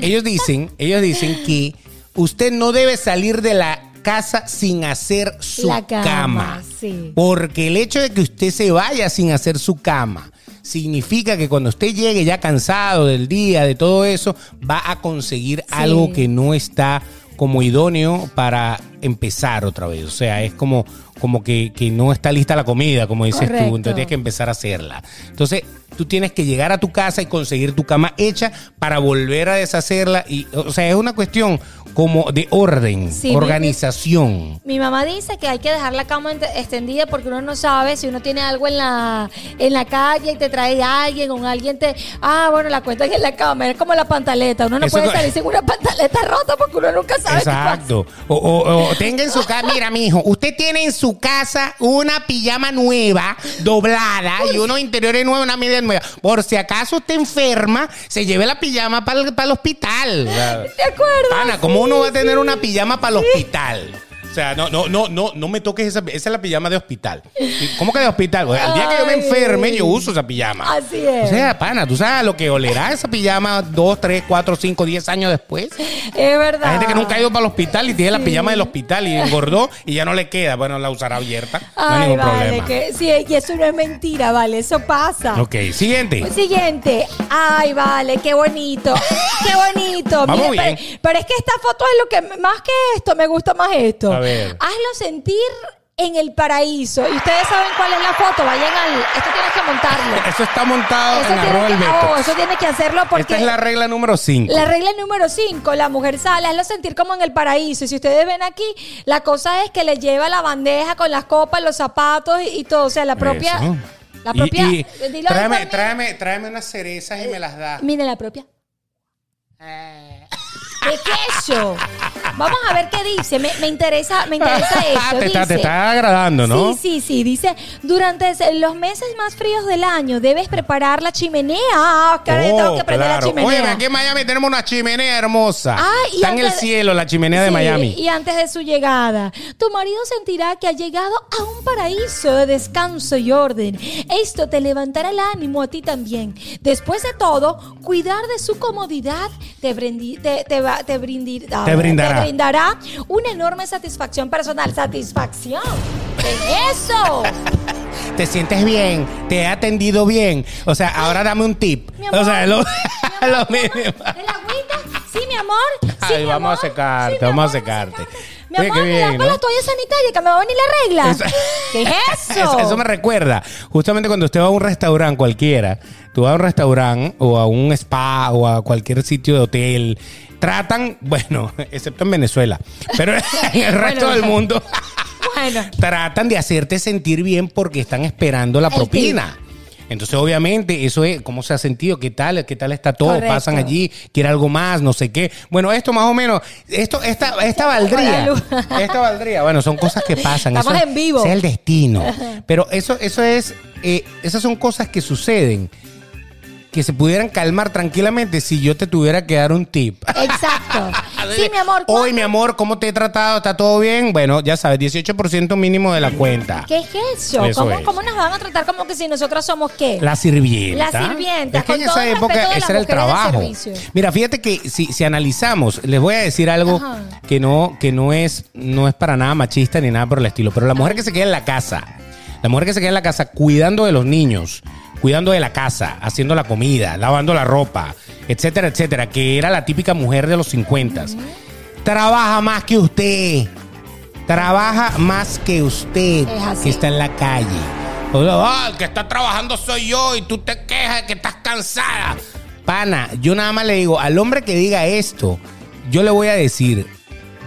Speaker 1: Ellos dicen, ellos dicen que usted no debe salir de la casa sin hacer su
Speaker 2: La cama,
Speaker 1: cama.
Speaker 2: sí.
Speaker 1: Porque el hecho de que usted se vaya sin hacer su cama significa que cuando usted llegue ya cansado del día, de todo eso, va a conseguir algo que no está como idóneo para empezar otra vez. O sea, es como, como que, que no está lista la comida, como dices
Speaker 2: Correcto.
Speaker 1: tú. Entonces tienes que empezar a hacerla. Entonces tú tienes que llegar a tu casa y conseguir tu cama hecha para volver a deshacerla. Y, o sea, es una cuestión como de orden,
Speaker 2: Sí, mi-
Speaker 1: organización.
Speaker 2: Mi mamá dice que hay que dejar la cama ent- extendida porque uno no sabe si uno tiene algo en la, en la calle y te trae alguien o alguien te... Ah, bueno, la cuenta es en la cama, es como la pantaleta. Uno no
Speaker 1: Eso
Speaker 2: puede
Speaker 1: no-
Speaker 2: salir sin una pantaleta rota porque uno nunca sabe qué pasa.
Speaker 1: Exacto. O, o- o tenga en su casa, mira, mijo, usted tiene en su casa una pijama nueva, doblada, y unos interiores nuevos, una media nueva. Por si acaso usted enferma, se lleve la pijama para el, para el hospital.
Speaker 2: ¿Te acuerdas?
Speaker 1: Ana, ¿cómo uno va a tener una pijama para el hospital? O sea, no, no, no, no, no me toques esa, esa es la pijama de hospital. ¿Cómo que de hospital? Al día que yo me
Speaker 2: Ay.
Speaker 1: enferme, yo uso esa pijama.
Speaker 2: Así es.
Speaker 1: O sea, pana, tú sabes a lo que olerá esa pijama dos, tres, cuatro, cinco, diez años después.
Speaker 2: Es verdad.
Speaker 1: Hay gente que nunca ha ido para el hospital y tiene la pijama del hospital y engordó y ya no le queda. Bueno, la usará abierta. No hay
Speaker 2: Ay,
Speaker 1: ningún
Speaker 2: vale,
Speaker 1: problema.
Speaker 2: que sí, y eso no es mentira, vale, eso pasa.
Speaker 1: Ok, siguiente.
Speaker 2: Pues, Siguiente. Ay, vale, qué bonito. Qué
Speaker 1: (laughs)
Speaker 2: bonito.
Speaker 1: Vamos
Speaker 2: Mira,
Speaker 1: bien.
Speaker 2: Pero, pero es que esta foto es lo que más que esto, me gusta más esto.
Speaker 1: A ver.
Speaker 2: Hazlo sentir en el paraíso. Y ustedes saben cuál es la foto. Vayan al. Esto tienes que montarlo.
Speaker 1: Eso está montado (laughs)
Speaker 2: Eso
Speaker 1: en arroba
Speaker 2: tienes
Speaker 1: el
Speaker 2: que,
Speaker 1: Beto.
Speaker 2: oh, eso tienes que hacerlo porque.
Speaker 1: Esta es la regla número 5.
Speaker 2: La regla número 5, la mujer sale, hazlo sentir como en el paraíso. Y si ustedes ven aquí, la cosa es que le lleva la bandeja con las copas, los zapatos y, y todo. O sea, la propia.
Speaker 1: Eso.
Speaker 2: La
Speaker 1: Y-
Speaker 2: propia.
Speaker 1: y
Speaker 2: dilo ahí por
Speaker 1: tráeme,
Speaker 2: mí.
Speaker 1: tráeme, tráeme unas cerezas y me las da.
Speaker 2: Mire la propia. ¿Qué queso? Vamos a ver qué dice. Me, me interesa,
Speaker 1: (laughs)
Speaker 2: me interesa esto.
Speaker 1: Ah, te, está, te
Speaker 2: Dice-
Speaker 1: está agradando, ¿no?
Speaker 2: Sí, sí, sí. Dice, durante los meses más fríos del año debes preparar la chimenea. Ah, Oscar, yo tengo
Speaker 1: Oh,
Speaker 2: que prender
Speaker 1: claro.
Speaker 2: la chimenea.
Speaker 1: Oye, aquí en Miami tenemos una chimenea hermosa.
Speaker 2: Ah, y
Speaker 1: está en el
Speaker 2: antes-
Speaker 1: cielo la chimenea de
Speaker 2: Sí,
Speaker 1: Miami.
Speaker 2: Y antes de su llegada, tu marido sentirá que ha llegado a un paraíso de descanso y orden. Esto te levantará el ánimo a ti también. Después de todo, cuidar de su comodidad te, brindi- te, te va- te brindir- ah,
Speaker 1: Te brindará.
Speaker 2: te brindará una enorme satisfacción personal. ¡Satisfacción! ¿Qué es eso?
Speaker 1: Te sientes bien, te he atendido bien. O sea, ahora dame un tip.
Speaker 2: Mi amor,
Speaker 1: O sea, (laughs) lo, lo
Speaker 2: Mi amor, mi amor,
Speaker 1: mínimo.
Speaker 2: ¿El agüita? Sí, mi amor. Sí,
Speaker 1: Ay,
Speaker 2: mi
Speaker 1: vamos
Speaker 2: amor.
Speaker 1: a secarte,
Speaker 2: Sí, mi
Speaker 1: vamos a
Speaker 2: amor,
Speaker 1: secarte.
Speaker 2: Mi
Speaker 1: Oye, qué
Speaker 2: amor, me das
Speaker 1: bien,
Speaker 2: con
Speaker 1: ¿no?
Speaker 2: la toalla sanitaria que me va a venir la regla.
Speaker 1: Eso- (laughs)
Speaker 2: ¿Qué es eso?
Speaker 1: Eso, eso me recuerda. Justamente cuando usted va a un restaurante cualquiera, tú vas a un restaurante o a un spa o a cualquier sitio de hotel, tratan, (laughs) bueno, excepto en Venezuela, pero en el resto del mundo,
Speaker 2: Bueno.
Speaker 1: (laughs) tratan de hacerte sentir bien porque están esperando la
Speaker 2: El tip.
Speaker 1: propina. Entonces, obviamente, eso es cómo se ha sentido, qué tal, qué tal está todo,
Speaker 2: Correcto.
Speaker 1: pasan allí, quiere algo más, no sé qué. Bueno, esto más o menos, esto, esta, esta
Speaker 2: la
Speaker 1: valdría.
Speaker 2: luz.
Speaker 1: (laughs) Esta valdría. Bueno, son cosas que pasan.
Speaker 2: Estamos
Speaker 1: eso
Speaker 2: en vivo.
Speaker 1: ese Es el destino. Pero eso, eso es, eh, esas son cosas que suceden, que se pudieran calmar tranquilamente si yo te tuviera que dar un tip.
Speaker 2: Exacto.
Speaker 1: (laughs)
Speaker 2: Sí, mi amor. ¿cuál-
Speaker 1: Hoy, mi amor, ¿cómo te he tratado? ¿Está todo bien? Bueno, ya sabes, 18% mínimo de la cuenta.
Speaker 2: ¿Qué es eso?
Speaker 1: Eso
Speaker 2: ¿Cómo,
Speaker 1: es.
Speaker 2: cómo nos van a tratar como que si nosotras somos qué?
Speaker 1: La sirvienta.
Speaker 2: La sirvienta,
Speaker 1: Es que
Speaker 2: con
Speaker 1: en
Speaker 2: todo
Speaker 1: esa
Speaker 2: el
Speaker 1: época
Speaker 2: respeto de las
Speaker 1: ese era el
Speaker 2: mujeres del
Speaker 1: trabajo.
Speaker 2: servicio.
Speaker 1: Mira, fíjate que si, si analizamos, les voy a decir algo
Speaker 2: Ajá.
Speaker 1: que no que no es no es para nada machista ni nada por el estilo, pero la mujer que se queda en la casa, la mujer que se queda en la casa cuidando de los niños, cuidando de la casa, haciendo la comida, lavando la ropa, etcétera, etcétera, que era la típica mujer de los 50 trabaja más que usted. Trabaja más que usted
Speaker 2: Es así.
Speaker 1: que está en la calle. O sea, "Ah, el que está trabajando soy yo y tú te quejas de que estás cansada. Pana, yo nada más le digo, al hombre que diga esto, yo le voy a decir,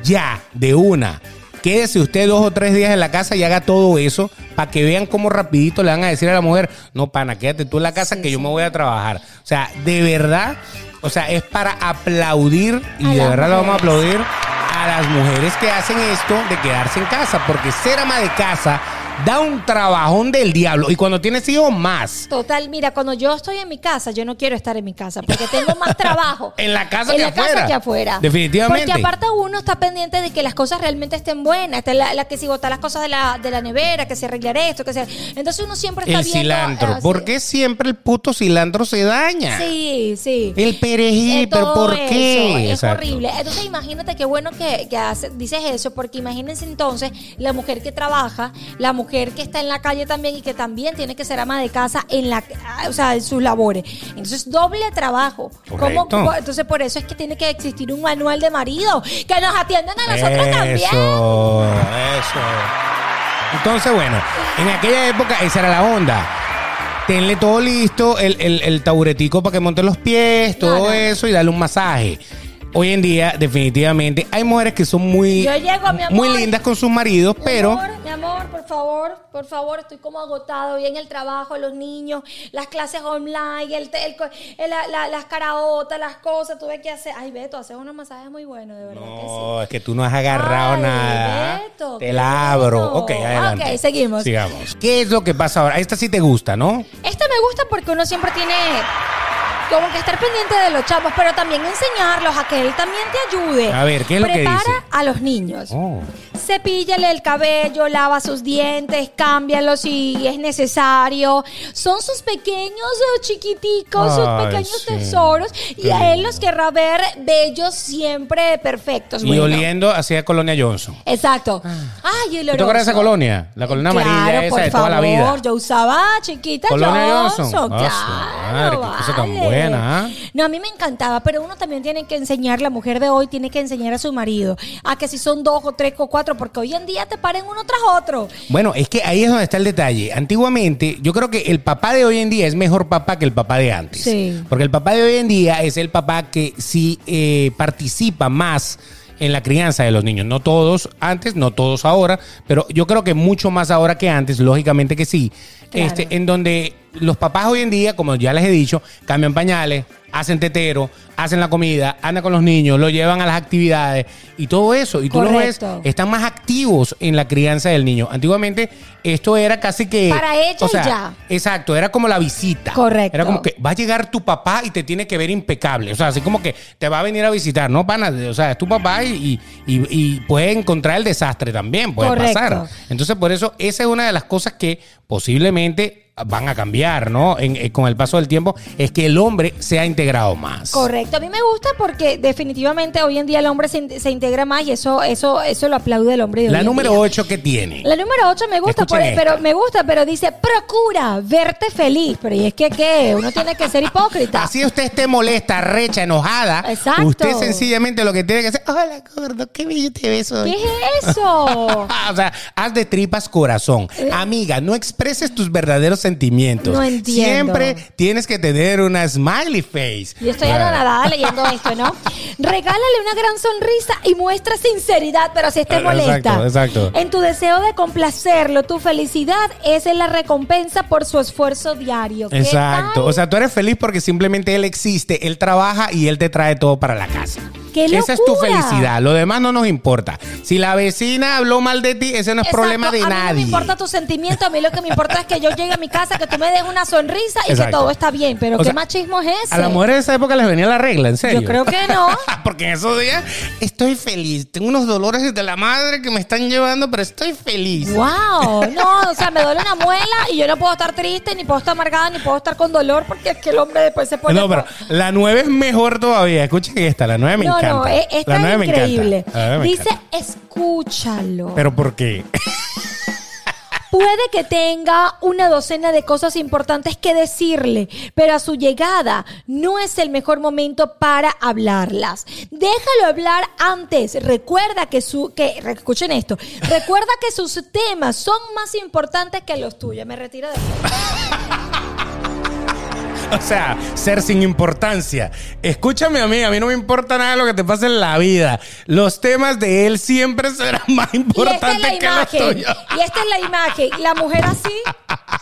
Speaker 1: ya, de una, quédese usted dos o tres días en la casa y haga todo eso para que vean cómo rapidito le van a decir a la mujer, no, pana, quédate tú en la casa que yo me voy a trabajar. O sea, de verdad, o sea, es para aplaudir y
Speaker 2: A
Speaker 1: de
Speaker 2: las
Speaker 1: verdad lo vamos a
Speaker 2: mujeres.
Speaker 1: aplaudir a las mujeres que hacen esto de quedarse en casa, porque ser ama de casa da un trabajón del diablo. Y cuando tienes hijos, más.
Speaker 2: Total, mira, cuando yo estoy en mi casa, yo no quiero estar en mi casa porque tengo
Speaker 1: (laughs)
Speaker 2: más trabajo.
Speaker 1: En la casa
Speaker 2: en
Speaker 1: que
Speaker 2: la
Speaker 1: afuera.
Speaker 2: Casa que afuera.
Speaker 1: Definitivamente.
Speaker 2: Porque aparte uno está pendiente de que las cosas realmente estén buenas. Está la, la que si botar las cosas de la, de la nevera, que se arreglará esto, que se. Entonces uno siempre está
Speaker 1: El
Speaker 2: viendo.
Speaker 1: cilantro.
Speaker 2: ah,
Speaker 1: ¿Por
Speaker 2: sí.
Speaker 1: qué siempre el puto cilantro se daña?
Speaker 2: Sí, sí.
Speaker 1: El perejil,
Speaker 2: Eh,
Speaker 1: pero
Speaker 2: todo
Speaker 1: ¿por
Speaker 2: eso,
Speaker 1: qué?
Speaker 2: Es
Speaker 1: Exacto.
Speaker 2: horrible. Entonces imagínate qué bueno que, que hace- dices eso, porque imagínense entonces la mujer que trabaja, la mujer que está en la calle también y que también tiene que ser ama de casa en la, ah, o sea, en sus labores. Entonces doble trabajo.
Speaker 1: Correcto.
Speaker 2: ¿Cómo- cómo- entonces por eso es que tiene que existir un manual de marido que nos atiendan a nosotros también.
Speaker 1: Eso, eso. Entonces, bueno, en aquella época esa era la onda. Tenle todo listo, el, el, el taburetico para que monte los pies, todo
Speaker 2: no.
Speaker 1: eso y darle un masaje. Hoy en día, definitivamente, hay mujeres que son muy,
Speaker 2: Yo llego, mi amor.
Speaker 1: muy lindas con sus maridos, pero...
Speaker 2: Mi amor, mi amor, por favor, por favor, estoy como agotado. Y en el trabajo, los niños, las clases online, el, te- el co- el- la- la- las caraotas, las cosas, tuve que hacer. Ay, Beto, haces unos masajes muy buenos, de verdad que sí.
Speaker 1: No, es que tú no has agarrado
Speaker 2: Ay,
Speaker 1: nada.
Speaker 2: Beto,
Speaker 1: Te
Speaker 2: qué
Speaker 1: la abro.
Speaker 2: bueno.
Speaker 1: Ok, adelante.
Speaker 2: Ok, seguimos.
Speaker 1: Sigamos. ¿Qué es lo que pasa ahora? Esta sí te gusta, ¿no?
Speaker 2: Esta me gusta porque uno siempre tiene como que estar pendiente de los chamos, pero también enseñarlos a que él también te ayude.
Speaker 1: A ver, ¿qué es lo que
Speaker 2: Prepara
Speaker 1: dice?
Speaker 2: a los niños.
Speaker 1: Oh.
Speaker 2: Cepíllale el cabello, lava sus dientes, cámbialos si es necesario. Son sus pequeños eh, chiquiticos, sus
Speaker 1: Ay,
Speaker 2: pequeños
Speaker 1: sí.
Speaker 2: tesoros. Y
Speaker 1: Qué
Speaker 2: a él
Speaker 1: lindo.
Speaker 2: los querrá ver bellos siempre perfectos.
Speaker 1: Y
Speaker 2: bueno.
Speaker 1: oliendo hacia Colonia Johnson.
Speaker 2: Exacto. Ay, el
Speaker 1: ¿Tú Ah. te acuerdas de esa
Speaker 2: oloroso.
Speaker 1: colonia? La colonia
Speaker 2: Claro,
Speaker 1: amarilla esa
Speaker 2: por
Speaker 1: de toda la
Speaker 2: favor,
Speaker 1: vida.
Speaker 2: Yo usaba chiquita
Speaker 1: Colonia
Speaker 2: Johnson.
Speaker 1: Johnson.
Speaker 2: Claro,
Speaker 1: Ah, su madre, qué cosa tan
Speaker 2: vale.
Speaker 1: buena, ¿ah?
Speaker 2: No, a mí me encantaba, pero uno también tiene que enseñar, la mujer de hoy tiene que enseñar a su marido a que si son dos o tres o cuatro, porque hoy en día te paren uno tras otro.
Speaker 1: Bueno, es que ahí es donde está el detalle. Antiguamente, yo creo que el papá de hoy en día es mejor papá que el papá de antes.
Speaker 2: Sí.
Speaker 1: Porque el papá de hoy en día es el papá que sí eh, participa más en la crianza de los niños. No todos antes, no todos ahora, pero yo creo que mucho más ahora que antes, lógicamente que sí.
Speaker 2: Claro.
Speaker 1: Este, en donde los papás hoy en día, como ya les he dicho, cambian pañales, hacen tetero, hacen la comida, andan con los niños, lo llevan a las actividades y todo eso. Y tú lo ves,
Speaker 2: Correcto.
Speaker 1: están más activos en la crianza del niño. Antiguamente esto era casi que...
Speaker 2: Para ella y ya.
Speaker 1: Exacto, era como la visita.
Speaker 2: Correcto.
Speaker 1: Era como que va a llegar tu papá y te tiene que ver impecable. O sea, así como que te va a venir a visitar, ¿no, pana? O sea, es tu papá y, y- y- y puede encontrar el desastre también, puede
Speaker 2: Correcto.
Speaker 1: pasar. Entonces, por eso, esa es una de las cosas que posiblemente van a cambiar, ¿no? En- eh, con el paso del tiempo, es que el hombre se ha integrado más.
Speaker 2: Correcto, a mí me gusta porque definitivamente hoy en día el hombre se, in- se integra más y eso, eso, eso lo aplaude el hombre de hoy
Speaker 1: La
Speaker 2: en
Speaker 1: número
Speaker 2: día.
Speaker 1: 8 que tiene.
Speaker 2: La número 8 me gusta,
Speaker 1: Escuchen
Speaker 2: por-
Speaker 1: esta.
Speaker 2: pero me gusta, pero dice, procura verte feliz. Pero y es que qué, uno tiene que ser hipócrita.
Speaker 1: Así usted esté molesta, recha, enojada,
Speaker 2: Exacto.
Speaker 1: usted sencillamente lo que tiene que hacer, hola gordo, qué bello te ves hoy.
Speaker 2: ¿Qué
Speaker 1: (laughs)
Speaker 2: es eso?
Speaker 1: o sea, haz de tripas corazón. Amiga, no expreses tus verdaderos sentimientos.
Speaker 2: Eh. No entiendo.
Speaker 1: Siempre tienes que tener una smiley face.
Speaker 2: Yo estoy anonadada leyendo esto, ¿no? Regálale una gran sonrisa y muestra sinceridad, pero si esté
Speaker 1: Eh,
Speaker 2: molesta.
Speaker 1: exacto, exacto.
Speaker 2: En tu deseo de complacerlo, tu felicidad es la recompensa por su esfuerzo diario. ¿Qué
Speaker 1: Exacto.
Speaker 2: tal?
Speaker 1: O sea, tú eres feliz porque simplemente él existe, él trabaja y él te trae todo para la casa.
Speaker 2: ¡Qué
Speaker 1: Esa es tu
Speaker 2: locura!
Speaker 1: felicidad. Lo demás no nos importa. Si la vecina habló mal de ti, ese no es
Speaker 2: Exacto,
Speaker 1: problema de
Speaker 2: a mí
Speaker 1: nadie.
Speaker 2: No me importa tu sentimiento, a mí lo que me importa es que yo llegue a mi casa, que tú me des una sonrisa y que
Speaker 1: Exacto.
Speaker 2: todo está bien. Pero
Speaker 1: O
Speaker 2: qué
Speaker 1: sea,
Speaker 2: machismo es ese.
Speaker 1: A las mujeres de esa época les venía la regla, en serio. Ah,
Speaker 2: Yo
Speaker 1: (laughs)
Speaker 2: creo que no.
Speaker 1: Porque en esos días estoy feliz. Tengo unos dolores de la madre que me están llevando, pero estoy feliz.
Speaker 2: Wow, no, o sea, me duele una muela y yo no puedo estar triste, ni puedo estar amargada, ni puedo estar con dolor, porque es que el hombre después se pone.
Speaker 1: No, pero la 9 es mejor todavía. Escuchen esta, la 9 me
Speaker 2: no,
Speaker 1: encanta.
Speaker 2: no, e-
Speaker 1: la
Speaker 2: esta
Speaker 1: nueve
Speaker 2: es increíble.
Speaker 1: Me encanta. La nueve me
Speaker 2: Dice,
Speaker 1: encanta.
Speaker 2: escúchalo.
Speaker 1: Pero ¿por qué? (laughs)
Speaker 2: Puede que tenga una docena de cosas importantes que decirle, pero a su llegada no es el mejor momento para hablarlas. Déjalo hablar antes. Recuerda que su que re- escuchen esto. Recuerda que sus temas son más importantes que los tuyos. Me retiro de
Speaker 1: O sea, ser sin importancia. Escúchame a mí, a mí no me importa nada lo que te pase en la vida. Los temas de él siempre serán (laughs) más
Speaker 2: Y esta es
Speaker 1: importantes
Speaker 2: la
Speaker 1: que los
Speaker 2: imagen.
Speaker 1: tuyos.
Speaker 2: Y esta es la imagen. Y la mujer así.
Speaker 1: (laughs)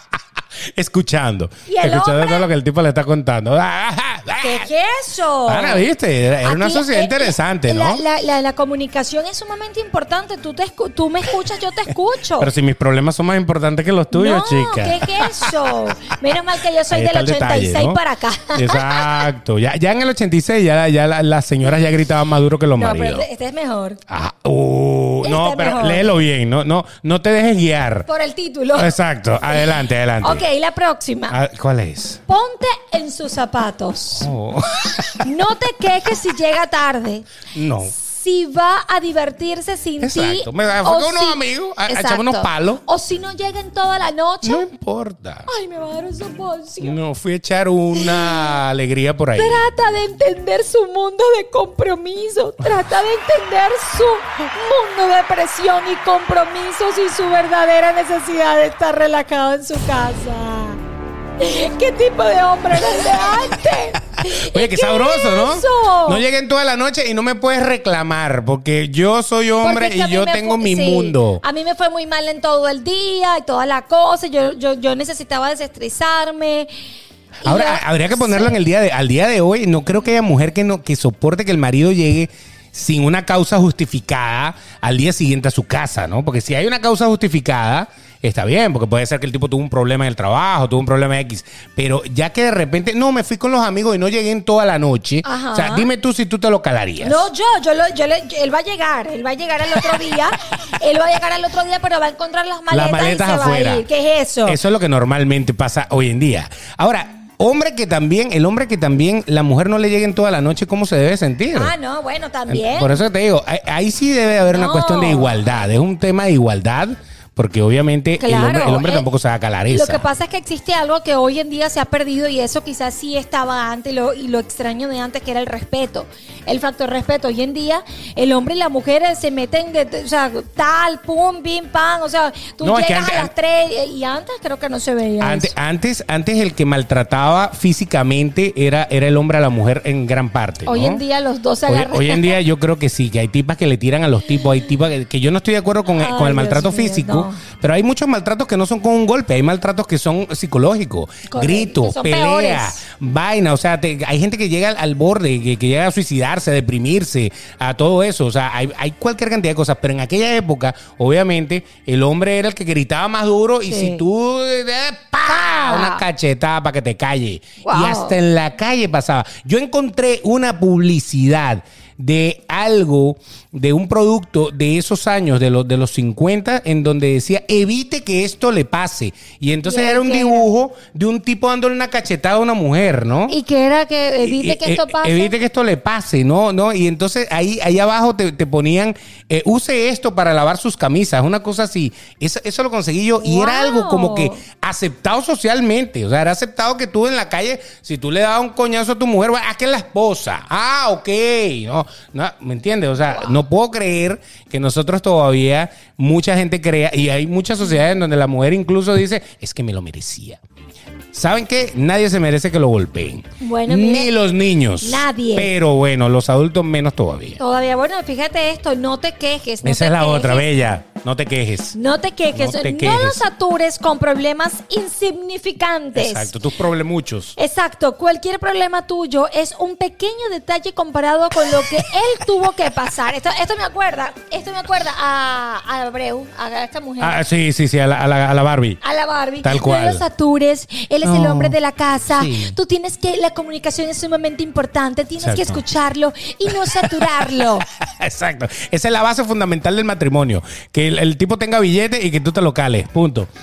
Speaker 1: Escuchando.
Speaker 2: ¿Y el
Speaker 1: escuchando
Speaker 2: hombre?
Speaker 1: todo lo que el tipo le está contando. (laughs)
Speaker 2: ¿Qué es eso?
Speaker 1: Ahora, viste, era una
Speaker 2: Aquí,
Speaker 1: sociedad
Speaker 2: eh,
Speaker 1: interesante,
Speaker 2: la-
Speaker 1: ¿no?
Speaker 2: La, la- la comunicación es sumamente importante. Tú, te escu- tú me escuchas, yo te escucho.
Speaker 1: Pero si mis problemas son más importantes que los tuyos,
Speaker 2: no,
Speaker 1: chica.
Speaker 2: ¿qué es
Speaker 1: (laughs)
Speaker 2: eso? Menos mal que yo soy
Speaker 1: Ahí
Speaker 2: del
Speaker 1: está el
Speaker 2: 86
Speaker 1: detalle, ¿no?
Speaker 2: para acá.
Speaker 1: (laughs) Exacto. Ya, ya en el 86 ya, ya la- las señoras ya gritaban más duro que los
Speaker 2: No, pero
Speaker 1: maridos.
Speaker 2: este, este es mejor.
Speaker 1: Ah, uh,
Speaker 2: Este
Speaker 1: no,
Speaker 2: es
Speaker 1: pero
Speaker 2: mejor.
Speaker 1: léelo bien. No, no, no te dejes
Speaker 2: (laughs)
Speaker 1: guiar.
Speaker 2: Por el título.
Speaker 1: Exacto. Adelante, adelante.
Speaker 2: Ok, la próxima.
Speaker 1: Ah, ¿Cuál es?
Speaker 2: Ponte en sus zapatos.
Speaker 1: Oh. (laughs)
Speaker 2: No te quejes si llega tarde.
Speaker 1: no.
Speaker 2: si va a divertirse sin
Speaker 1: Exacto.
Speaker 2: ti.
Speaker 1: Me da-
Speaker 2: o
Speaker 1: fue con unos amigos, a- a echar
Speaker 2: Exacto.
Speaker 1: unos palos.
Speaker 2: O si no llegan toda la noche.
Speaker 1: No importa.
Speaker 2: Ay, me va a dar un soponcio.
Speaker 1: No, fui a echar
Speaker 2: (gasps)
Speaker 1: una alegría por ahí.
Speaker 2: Trata de entender su mundo de compromiso. Trata de entender su mundo de presión y compromisos y su verdadera necesidad de estar relajado en su casa. ¿Qué tipo de hombre era el de antes?
Speaker 1: Oye,
Speaker 2: ¿Qué
Speaker 1: qué sabroso,
Speaker 2: es
Speaker 1: ¿no?
Speaker 2: eso?
Speaker 1: No lleguen toda la noche y no me puedes reclamar porque yo soy hombre
Speaker 2: Porque es que a
Speaker 1: y
Speaker 2: mí
Speaker 1: yo
Speaker 2: me
Speaker 1: tengo
Speaker 2: fu-
Speaker 1: mi
Speaker 2: sí.
Speaker 1: mundo.
Speaker 2: A mí me fue muy mal en todo el día y toda la cosa. Yo, yo, yo necesitaba desestresarme. Y
Speaker 1: Ahora,
Speaker 2: yo-
Speaker 1: ha- habría que ponerlo en el día de, al día de hoy. No creo que haya mujer que, no, que soporte que el marido llegue sin una causa justificada al día siguiente a su casa, ¿no? Porque si hay una causa justificada, está bien, porque puede ser que el tipo tuvo un problema en el trabajo, tuvo un problema X, pero ya que de repente, no, me fui con los amigos y no llegué en toda la noche,
Speaker 2: Ajá.
Speaker 1: o sea, dime tú si tú te lo calarías.
Speaker 2: No, yo, yo, lo, yo le- él va a llegar, él va a llegar al
Speaker 1: (laughs)
Speaker 2: otro día, él va a llegar al otro día, pero va a encontrar las maletas,
Speaker 1: las maletas
Speaker 2: y se
Speaker 1: afuera.
Speaker 2: va a ir. ¿Qué es eso?
Speaker 1: Eso es lo que normalmente pasa hoy en día. Ahora, hombre que también, el hombre que también la mujer no le llegue en toda la noche, ¿cómo se debe sentir?
Speaker 2: Ah, no, bueno, también.
Speaker 1: Por eso te digo, ahí, ahí sí debe haber una
Speaker 2: No.
Speaker 1: cuestión de igualdad. Es un tema de igualdad, porque obviamente el
Speaker 2: Claro,
Speaker 1: hombre, el hombre
Speaker 2: eh,
Speaker 1: tampoco se va a calar
Speaker 2: Lo
Speaker 1: esa.
Speaker 2: que pasa es que existe algo que hoy en día se ha perdido y eso quizás sí estaba antes y lo, y lo extraño de antes que era el respeto, el factor respeto. Hoy en día el hombre y la mujer eh, se meten de, de- o sea, tal, pum, bim, pam, o sea, tú
Speaker 1: No, es
Speaker 2: llegas
Speaker 1: que antes-
Speaker 2: a las tres eh, y antes creo que no se veía
Speaker 1: Ante-
Speaker 2: eso.
Speaker 1: antes, antes el que maltrataba físicamente era, era el hombre a la mujer en gran parte.
Speaker 2: Hoy
Speaker 1: ¿no?
Speaker 2: en día los dos se
Speaker 1: Hoy,
Speaker 2: agarran.
Speaker 1: hoy en día yo creo que sí, que hay tipas que le tiran a los tipos, hay tipas que, que yo no estoy de acuerdo con, el- con
Speaker 2: Ay,
Speaker 1: el
Speaker 2: Dios
Speaker 1: maltrato
Speaker 2: mío,
Speaker 1: físico,
Speaker 2: no.
Speaker 1: pero hay muchos maltratos que no son con un golpe, hay maltratos que son psicológicos,
Speaker 2: Correcto, que
Speaker 1: gritos,
Speaker 2: son
Speaker 1: pelea,
Speaker 2: peores.
Speaker 1: vaina, o sea, te- hay gente que llega al, al borde, que, que llega a suicidarse, a deprimirse, a todo eso, o sea, hay, hay cualquier cantidad de cosas, pero en aquella época, obviamente, el hombre era el que gritaba más duro y
Speaker 2: Sí.
Speaker 1: si tú... eh, ¡pa! Una cachetada para que te calle.
Speaker 2: Wow.
Speaker 1: Y hasta en la calle pasaba. Yo encontré una publicidad de algo, de un producto de esos años, de los, de los 50, en donde decía, evite que esto le pase. Y entonces
Speaker 2: ¿Y
Speaker 1: era un
Speaker 2: qué era?
Speaker 1: dibujo de un tipo dándole una cachetada a una mujer, ¿no?
Speaker 2: (laughs) Y que era que evite que
Speaker 1: Eh,
Speaker 2: esto
Speaker 1: eh,
Speaker 2: pase.
Speaker 1: Evite que esto le pase, ¿no? no Y entonces ahí, ahí abajo te, te ponían, eh, use esto para lavar sus camisas, una cosa así. Eso, eso lo conseguí yo y era
Speaker 2: Wow.
Speaker 1: algo como que aceptado socialmente. O sea, era aceptado que tú en la calle, si tú le dabas un coñazo a tu mujer, "Bueno, ah, que es la esposa. Ah, ok. No, no, no, ¿me entiendes? O sea, no puedo creer que nosotros todavía mucha gente crea y hay muchas sociedades en donde la mujer incluso dice, es que me lo merecía. ¿Saben qué? Nadie se merece que lo golpeen.
Speaker 2: Bueno,
Speaker 1: Ni
Speaker 2: mira,
Speaker 1: los niños.
Speaker 2: nadie.
Speaker 1: Pero bueno, los adultos menos todavía.
Speaker 2: Todavía, bueno, fíjate esto, no te quejes. no
Speaker 1: Esa
Speaker 2: te
Speaker 1: es la otra,
Speaker 2: quejes.
Speaker 1: bella. No te quejes.
Speaker 2: No te quejes,
Speaker 1: No
Speaker 2: no,
Speaker 1: te quejes.
Speaker 2: los satures con problemas insignificantes.
Speaker 1: Exacto, tus problemuchos.
Speaker 2: Exacto, cualquier problema tuyo es un pequeño detalle comparado con lo
Speaker 1: (laughs)
Speaker 2: que él tuvo que pasar. Esto, esto me acuerda, esto me acuerda a, a Abreu, a esta mujer.
Speaker 1: Ah, sí, sí, sí, a la, a la- a la Barbie. (laughs)
Speaker 2: A la Barbie.
Speaker 1: Tal cual.
Speaker 2: No lo satures. Él es el
Speaker 1: No.
Speaker 2: hombre de la casa.
Speaker 1: Sí.
Speaker 2: Tú tienes que. La comunicación es sumamente importante. Tienes que
Speaker 1: Exacto.
Speaker 2: escucharlo y no saturarlo.
Speaker 1: Exacto. Esa es la base fundamental del matrimonio. Que el, el tipo tenga billete y que tú te lo cales. Punto. (laughs)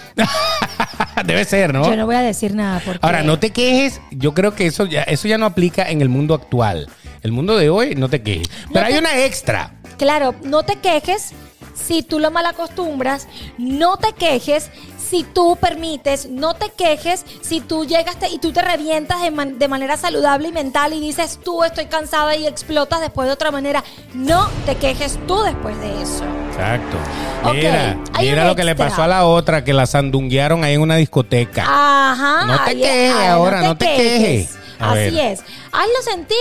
Speaker 1: Debe ser, (laughs) ¿no?
Speaker 2: Yo no voy a decir nada porque.
Speaker 1: Ahora, no te quejes. Yo creo que eso ya, eso ya no aplica en el mundo actual. El mundo de hoy, no te quejes.
Speaker 2: No
Speaker 1: Pero hay
Speaker 2: te-
Speaker 1: una extra.
Speaker 2: Claro, no te quejes si tú lo malacostumbras. No te quejes si tú permites. No te quejes si tú llegas te- y tú te revientas de, man- de manera saludable y mental y dices tú estoy cansada y explotas después de otra manera. No te quejes tú después de eso.
Speaker 1: Exacto.
Speaker 2: Ok,
Speaker 1: Mira,
Speaker 2: hay
Speaker 1: mira
Speaker 2: una
Speaker 1: lo que le
Speaker 2: extra. Ah,
Speaker 1: pasó a la otra, que la sandunguearon ahí en una discoteca.
Speaker 2: Ajá.
Speaker 1: No te
Speaker 2: ahí-
Speaker 1: quejes
Speaker 2: ahí,
Speaker 1: ahora, no te quejes. A
Speaker 2: Así
Speaker 1: ver.
Speaker 2: es. Hazlo sentir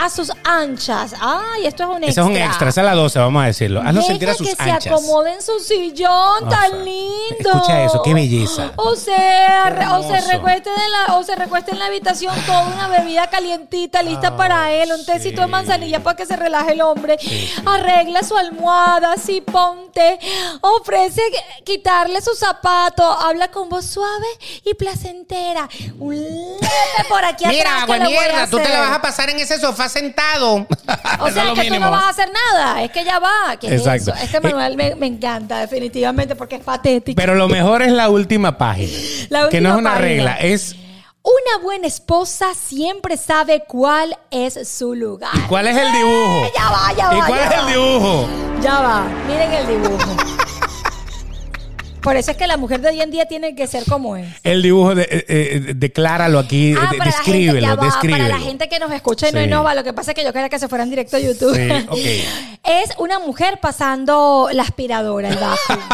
Speaker 2: a sus anchas. Ay, esto es un extra.
Speaker 1: Esa es un extra, esa es la 12, vamos a decirlo. Hazlo
Speaker 2: Deja
Speaker 1: sentir a sus
Speaker 2: que
Speaker 1: anchas.
Speaker 2: se acomode en su sillón
Speaker 1: Ajá.
Speaker 2: tan lindo.
Speaker 1: Escucha eso, qué belleza.
Speaker 2: (gasps) O sea, re- o se
Speaker 1: hermoso.
Speaker 2: recueste en la, o se recueste en la habitación toda una bebida calientita lista para él, un tecito de
Speaker 1: Ah, sí.
Speaker 2: manzanilla para que se relaje el hombre. Arregla su almohada, sí, ponte. Ofrece qu- quitarle su zapato, habla con voz suave y placentera. Un leve por aquí
Speaker 3: Mira,
Speaker 2: atrás que
Speaker 3: güey,
Speaker 2: lo voy a
Speaker 3: mierda, tú te la
Speaker 2: hacer.
Speaker 3: vas a pasar en ese sofá
Speaker 1: (laughs)
Speaker 3: sentado.
Speaker 2: O sea,
Speaker 1: Eso es lo
Speaker 2: que tú
Speaker 1: mínimo.
Speaker 2: no vas a hacer nada. Es que ya va. ¿Qué es
Speaker 1: Exacto.
Speaker 2: eso? Este manual me, me encanta, definitivamente, porque es patético.
Speaker 1: Pero lo mejor es la última página.
Speaker 2: (laughs) La
Speaker 1: que no es
Speaker 2: última
Speaker 1: una
Speaker 2: página.
Speaker 1: regla, es
Speaker 2: Una buena esposa siempre sabe cuál es su lugar.
Speaker 1: cuál es el dibujo.
Speaker 2: Eh, Ya va, ya va.
Speaker 1: ¿Y cuál
Speaker 2: ya
Speaker 1: es el
Speaker 2: va.
Speaker 1: dibujo?
Speaker 2: Ya va. Miren el dibujo. Por eso es que la mujer de hoy en día tiene que ser como es.
Speaker 1: El dibujo, de, eh, eh, decláralo aquí,
Speaker 2: Ah,
Speaker 1: de-
Speaker 2: para
Speaker 1: descríbelo,
Speaker 2: la gente, ya va,
Speaker 1: descríbelo.
Speaker 2: Para la gente que nos escucha y no
Speaker 1: Sí.
Speaker 2: innova, lo que pasa es que yo quería que se fueran directo a YouTube.
Speaker 1: Sí, ok.
Speaker 2: (laughs) Es una mujer pasando la aspiradora, el
Speaker 1: (laughs)
Speaker 2: vacuum.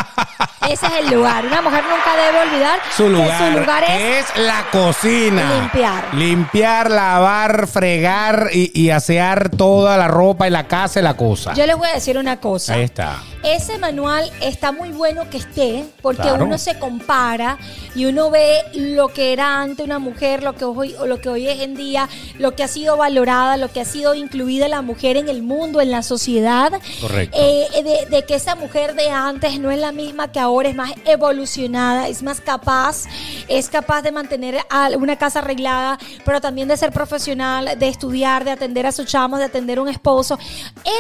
Speaker 2: Ese es el lugar. Una mujer nunca debe olvidar
Speaker 1: su lugar, eh.
Speaker 2: que su lugar es...
Speaker 1: es la cocina.
Speaker 2: Limpiar.
Speaker 1: Limpiar, lavar, fregar y, y asear toda la ropa y la casa y la cosa.
Speaker 2: Yo les voy a decir una cosa.
Speaker 1: Ahí está.
Speaker 2: Ese manual está muy bueno que esté, porque
Speaker 1: Claro.
Speaker 2: uno se compara y uno ve lo que era antes una mujer, lo que hoy, o lo que hoy es en día, lo que ha sido valorada, lo que ha sido incluida la mujer en el mundo, en la sociedad.
Speaker 1: Correcto.
Speaker 2: Eh, de, de que esa mujer de antes no es la misma que ahora, es más evolucionada, es más capaz, es capaz de mantener a- una casa arreglada, pero también de ser profesional, de estudiar, de atender a sus chamos, de atender a un esposo.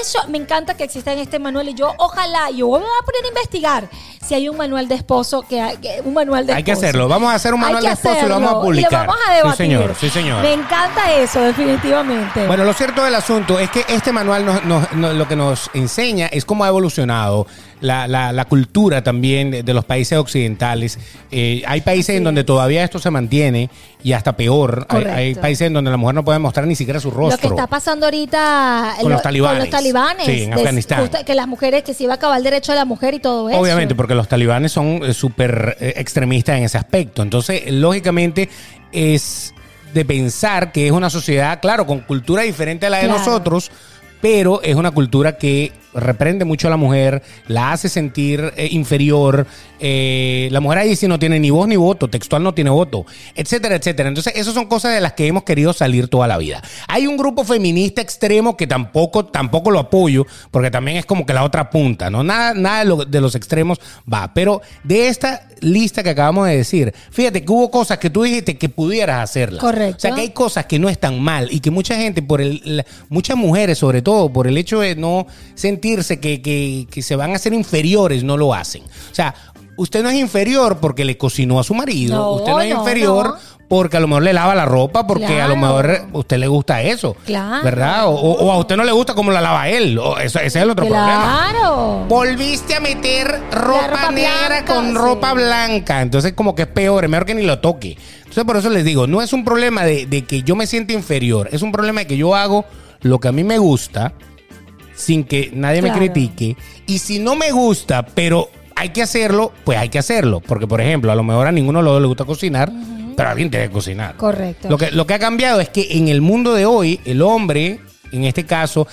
Speaker 2: Eso me encanta que exista en este manual y yo ojalá, yo me voy a poner a investigar si hay un manual de esposo, que, hay- que- un manual de
Speaker 1: Hay que
Speaker 2: esposo.
Speaker 1: hacerlo. Vamos a hacer un
Speaker 2: Hay
Speaker 1: manual
Speaker 2: que
Speaker 1: de esposo y lo vamos a
Speaker 2: hacerlo.
Speaker 1: publicar.
Speaker 2: vamos a debatir.
Speaker 1: Sí, señor. Sí, señor.
Speaker 2: Me encanta eso, definitivamente.
Speaker 1: Bueno, lo cierto del asunto es que este manual nos- nos- nos- lo que nos enseña es cómo ha evolucionado la, la- la cultura también de, de los países occidentales. Eh, hay países en donde todavía esto se mantiene y hasta peor. Hay, hay
Speaker 2: Correcto.
Speaker 1: países en donde la mujer no puede mostrar ni siquiera su
Speaker 2: Lo que
Speaker 1: rostro.
Speaker 2: está pasando ahorita
Speaker 1: Con los talibanes.
Speaker 2: con los talibanes,
Speaker 1: Sí, en
Speaker 2: de-
Speaker 1: Afganistán.
Speaker 2: justa- que las mujeres, que se iba a acabar el derecho de la mujer y todo eso.
Speaker 1: Obviamente, porque los talibanes son eh, súper eh, extremistas en ese aspecto. Entonces, lógicamente, es de pensar que es una sociedad, claro, con cultura diferente a la de
Speaker 2: Claro.
Speaker 1: nosotros, pero es una cultura que reprende mucho a la mujer, la hace sentir eh, inferior. eh, la mujer ahí sí no tiene ni voz ni voto, textual no tiene voto, etcétera, etcétera. Entonces, esas son cosas de las que hemos querido salir toda la vida. Hay un grupo feminista extremo que tampoco, tampoco lo apoyo, porque también es como que la otra punta, ¿no? Nada, nada de, lo- de los extremos va. Pero de esta lista que acabamos de decir, fíjate que hubo cosas que tú dijiste que pudieras hacerlas.
Speaker 2: Correcto.
Speaker 1: O sea, que hay cosas que no están mal y que mucha gente, por el, la- muchas mujeres sobre todo, por el hecho de no sentirse que, que- que se van a ser inferiores, no lo hacen. O sea, usted no es inferior porque le cocinó a su marido,
Speaker 2: No,
Speaker 1: usted no es
Speaker 2: no,
Speaker 1: inferior
Speaker 2: no.
Speaker 1: porque a lo mejor le lava la ropa, porque a lo
Speaker 2: Claro.
Speaker 1: mejor a usted le gusta eso,
Speaker 2: Claro.
Speaker 1: ¿verdad? O, o- o a usted no le gusta como la lava él, o eso- ese es el otro problema.
Speaker 2: Claro.
Speaker 1: Volviste a meter ropa,
Speaker 2: ropa
Speaker 1: negra
Speaker 2: blanca,
Speaker 1: con
Speaker 2: sí.
Speaker 1: ropa blanca. Entonces, como que es peor, es mejor que ni lo toque. Entonces, por eso les digo, no es un problema de, de que yo me sienta inferior, es un problema de que yo hago lo que a mí me gusta sin que nadie me
Speaker 2: Claro.
Speaker 1: critique. Y si no me gusta, pero hay que hacerlo, pues hay que hacerlo. Porque, por ejemplo, a lo mejor a ninguno de los dos le gusta cocinar, pero alguien tiene que cocinar.
Speaker 2: Correcto.
Speaker 1: Lo que, lo que ha cambiado es que en el mundo de hoy, el hombre, en este caso,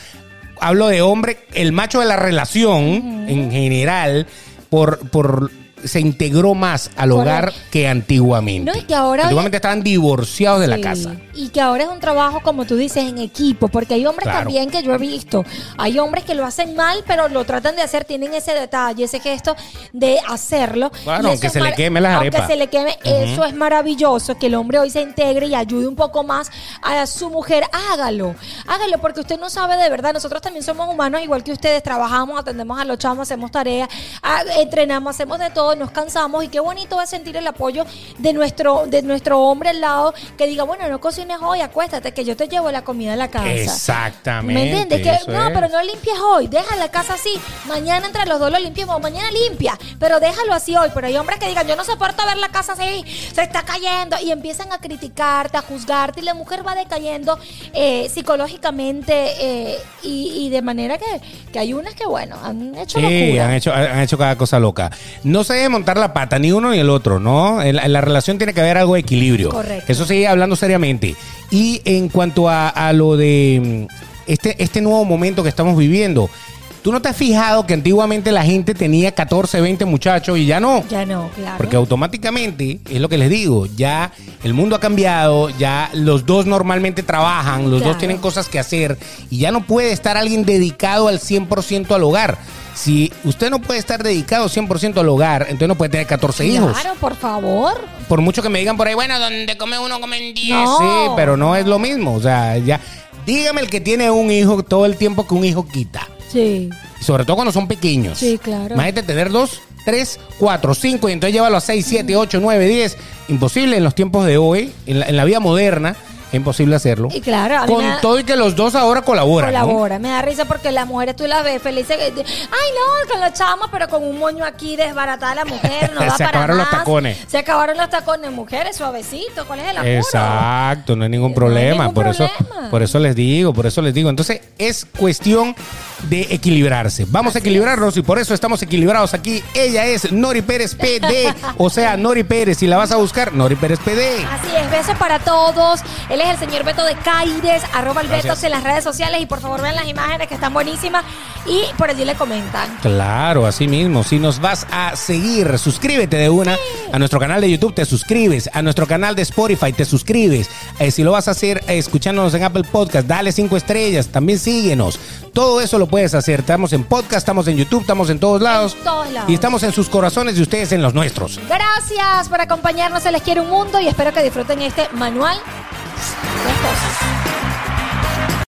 Speaker 1: hablo de hombre, el macho de la relación en general, por, por se integró más al hogar
Speaker 2: Correcto.
Speaker 1: que antiguamente.
Speaker 2: No, y que ahora-
Speaker 1: Antiguamente estaban divorciados de la
Speaker 2: Sí,
Speaker 1: casa.
Speaker 2: Y que ahora es un trabajo, como tú dices, en equipo, porque hay hombres
Speaker 1: Claro.
Speaker 2: también que yo he visto. Hay hombres que lo hacen mal, pero lo tratan de hacer, tienen ese detalle, ese gesto de hacerlo.
Speaker 1: Claro,
Speaker 2: Y eso
Speaker 1: aunque
Speaker 2: es
Speaker 1: se le
Speaker 2: mar-
Speaker 1: queme las arepas.
Speaker 2: Aunque se le queme, eso es maravilloso, que el hombre hoy se integre y ayude un poco más a su mujer. Hágalo, hágalo, porque usted no sabe de verdad. Nosotros también somos humanos, igual que ustedes, trabajamos, atendemos a los chamos, hacemos tareas, ah, entrenamos, hacemos de todo, nos cansamos y qué bonito es sentir el apoyo de nuestro, de nuestro hombre al lado que diga, bueno, no cocines hoy, acuéstate, que yo te llevo la comida a la casa.
Speaker 1: Exactamente.
Speaker 2: ¿Me entiendes? Que,
Speaker 1: eso
Speaker 2: no,
Speaker 1: es.
Speaker 2: pero no limpies hoy. Deja la casa así. Mañana entre los dos lo limpiamos. Mañana limpia. Pero déjalo así hoy. Pero hay hombres que digan, yo no soporto ver la casa así. Se está cayendo. Y empiezan a criticarte, a juzgarte. Y la mujer va decayendo eh, psicológicamente. eh, y, y de manera que, que hay unas que, bueno, han hecho
Speaker 1: Sí,
Speaker 2: locura.
Speaker 1: han hecho, han hecho cada cosa loca. No se debe montar la pata, ni uno ni el otro, ¿no? En la, en la relación tiene que haber algo de equilibrio.
Speaker 2: Correcto.
Speaker 1: Eso sí, hablando seriamente. Y en cuanto a, a lo de mm, este, este nuevo momento que estamos viviendo, ¿tú no te has fijado que antiguamente la gente tenía 14, 20 muchachos y ya no?
Speaker 2: Ya no, claro.
Speaker 1: Porque automáticamente, es lo que les digo, ya el mundo ha cambiado, ya los dos normalmente trabajan, los
Speaker 2: Claro.
Speaker 1: dos tienen cosas que hacer y ya no puede estar alguien dedicado al 100% al hogar. Si usted no puede estar dedicado 100% al hogar, entonces no puede tener 14 hijos.
Speaker 2: Claro, por favor.
Speaker 1: Por mucho que me digan por ahí, bueno, donde come uno comen 10.
Speaker 2: No.
Speaker 1: Sí, pero no es lo mismo. O sea, ya, dígame el que tiene un hijo todo el tiempo que un hijo quita.
Speaker 2: Sí.
Speaker 1: Y Sobre todo cuando son pequeños.
Speaker 2: Sí, claro.
Speaker 1: Imagínate tener dos, tres, cuatro, cinco, y entonces llévalo a seis, siete, ocho, nueve, diez. Imposible en los tiempos de hoy, en la, en la vida moderna, es imposible hacerlo.
Speaker 2: Y claro, a mí
Speaker 1: Con
Speaker 2: me da-
Speaker 1: todo y que los dos ahora colaboran. ¿no?
Speaker 2: colabora. Me da risa porque las mujeres tú las ves felices. que- Ay, no, con los chamos, pero con un moño aquí desbaratada la mujer. No da
Speaker 1: (laughs) Se
Speaker 2: para
Speaker 1: acabaron los
Speaker 2: más.
Speaker 1: tacones.
Speaker 2: Se acabaron los tacones, mujeres, suavecito. ¿Cuál es el apuro?
Speaker 1: Exacto, no hay ningún
Speaker 2: No hay
Speaker 1: problema.
Speaker 2: ningún
Speaker 1: por eso,
Speaker 2: problema.
Speaker 1: por eso les digo, por eso les digo. Entonces, es cuestión de equilibrarse. Vamos a equilibrarnos y por eso estamos equilibrados aquí. Ella es Nori Pérez PD. o sea, Nori Pérez, si la vas a buscar, Nori Pérez PD.
Speaker 2: Así es, besos para todos. Él es el señor Beto de Caires, arroba el Beto
Speaker 1: Gracias.
Speaker 2: en las redes sociales y por favor vean las imágenes que están buenísimas y por allí le comentan.
Speaker 1: Claro, así mismo. Si nos vas a seguir, suscríbete de una. A nuestro canal de YouTube te suscribes. A nuestro canal de Spotify te suscribes. Eh, si lo vas a hacer eh, escuchándonos en Apple Podcast, dale cinco estrellas. También síguenos. Todo eso lo puedes hacer. Estamos en podcast, estamos en YouTube, estamos en todos lados.
Speaker 2: En todos lados.
Speaker 1: Y estamos en sus corazones y ustedes en los nuestros.
Speaker 2: Gracias por acompañarnos, se les quiere un mundo y espero que disfruten este manual de esposas.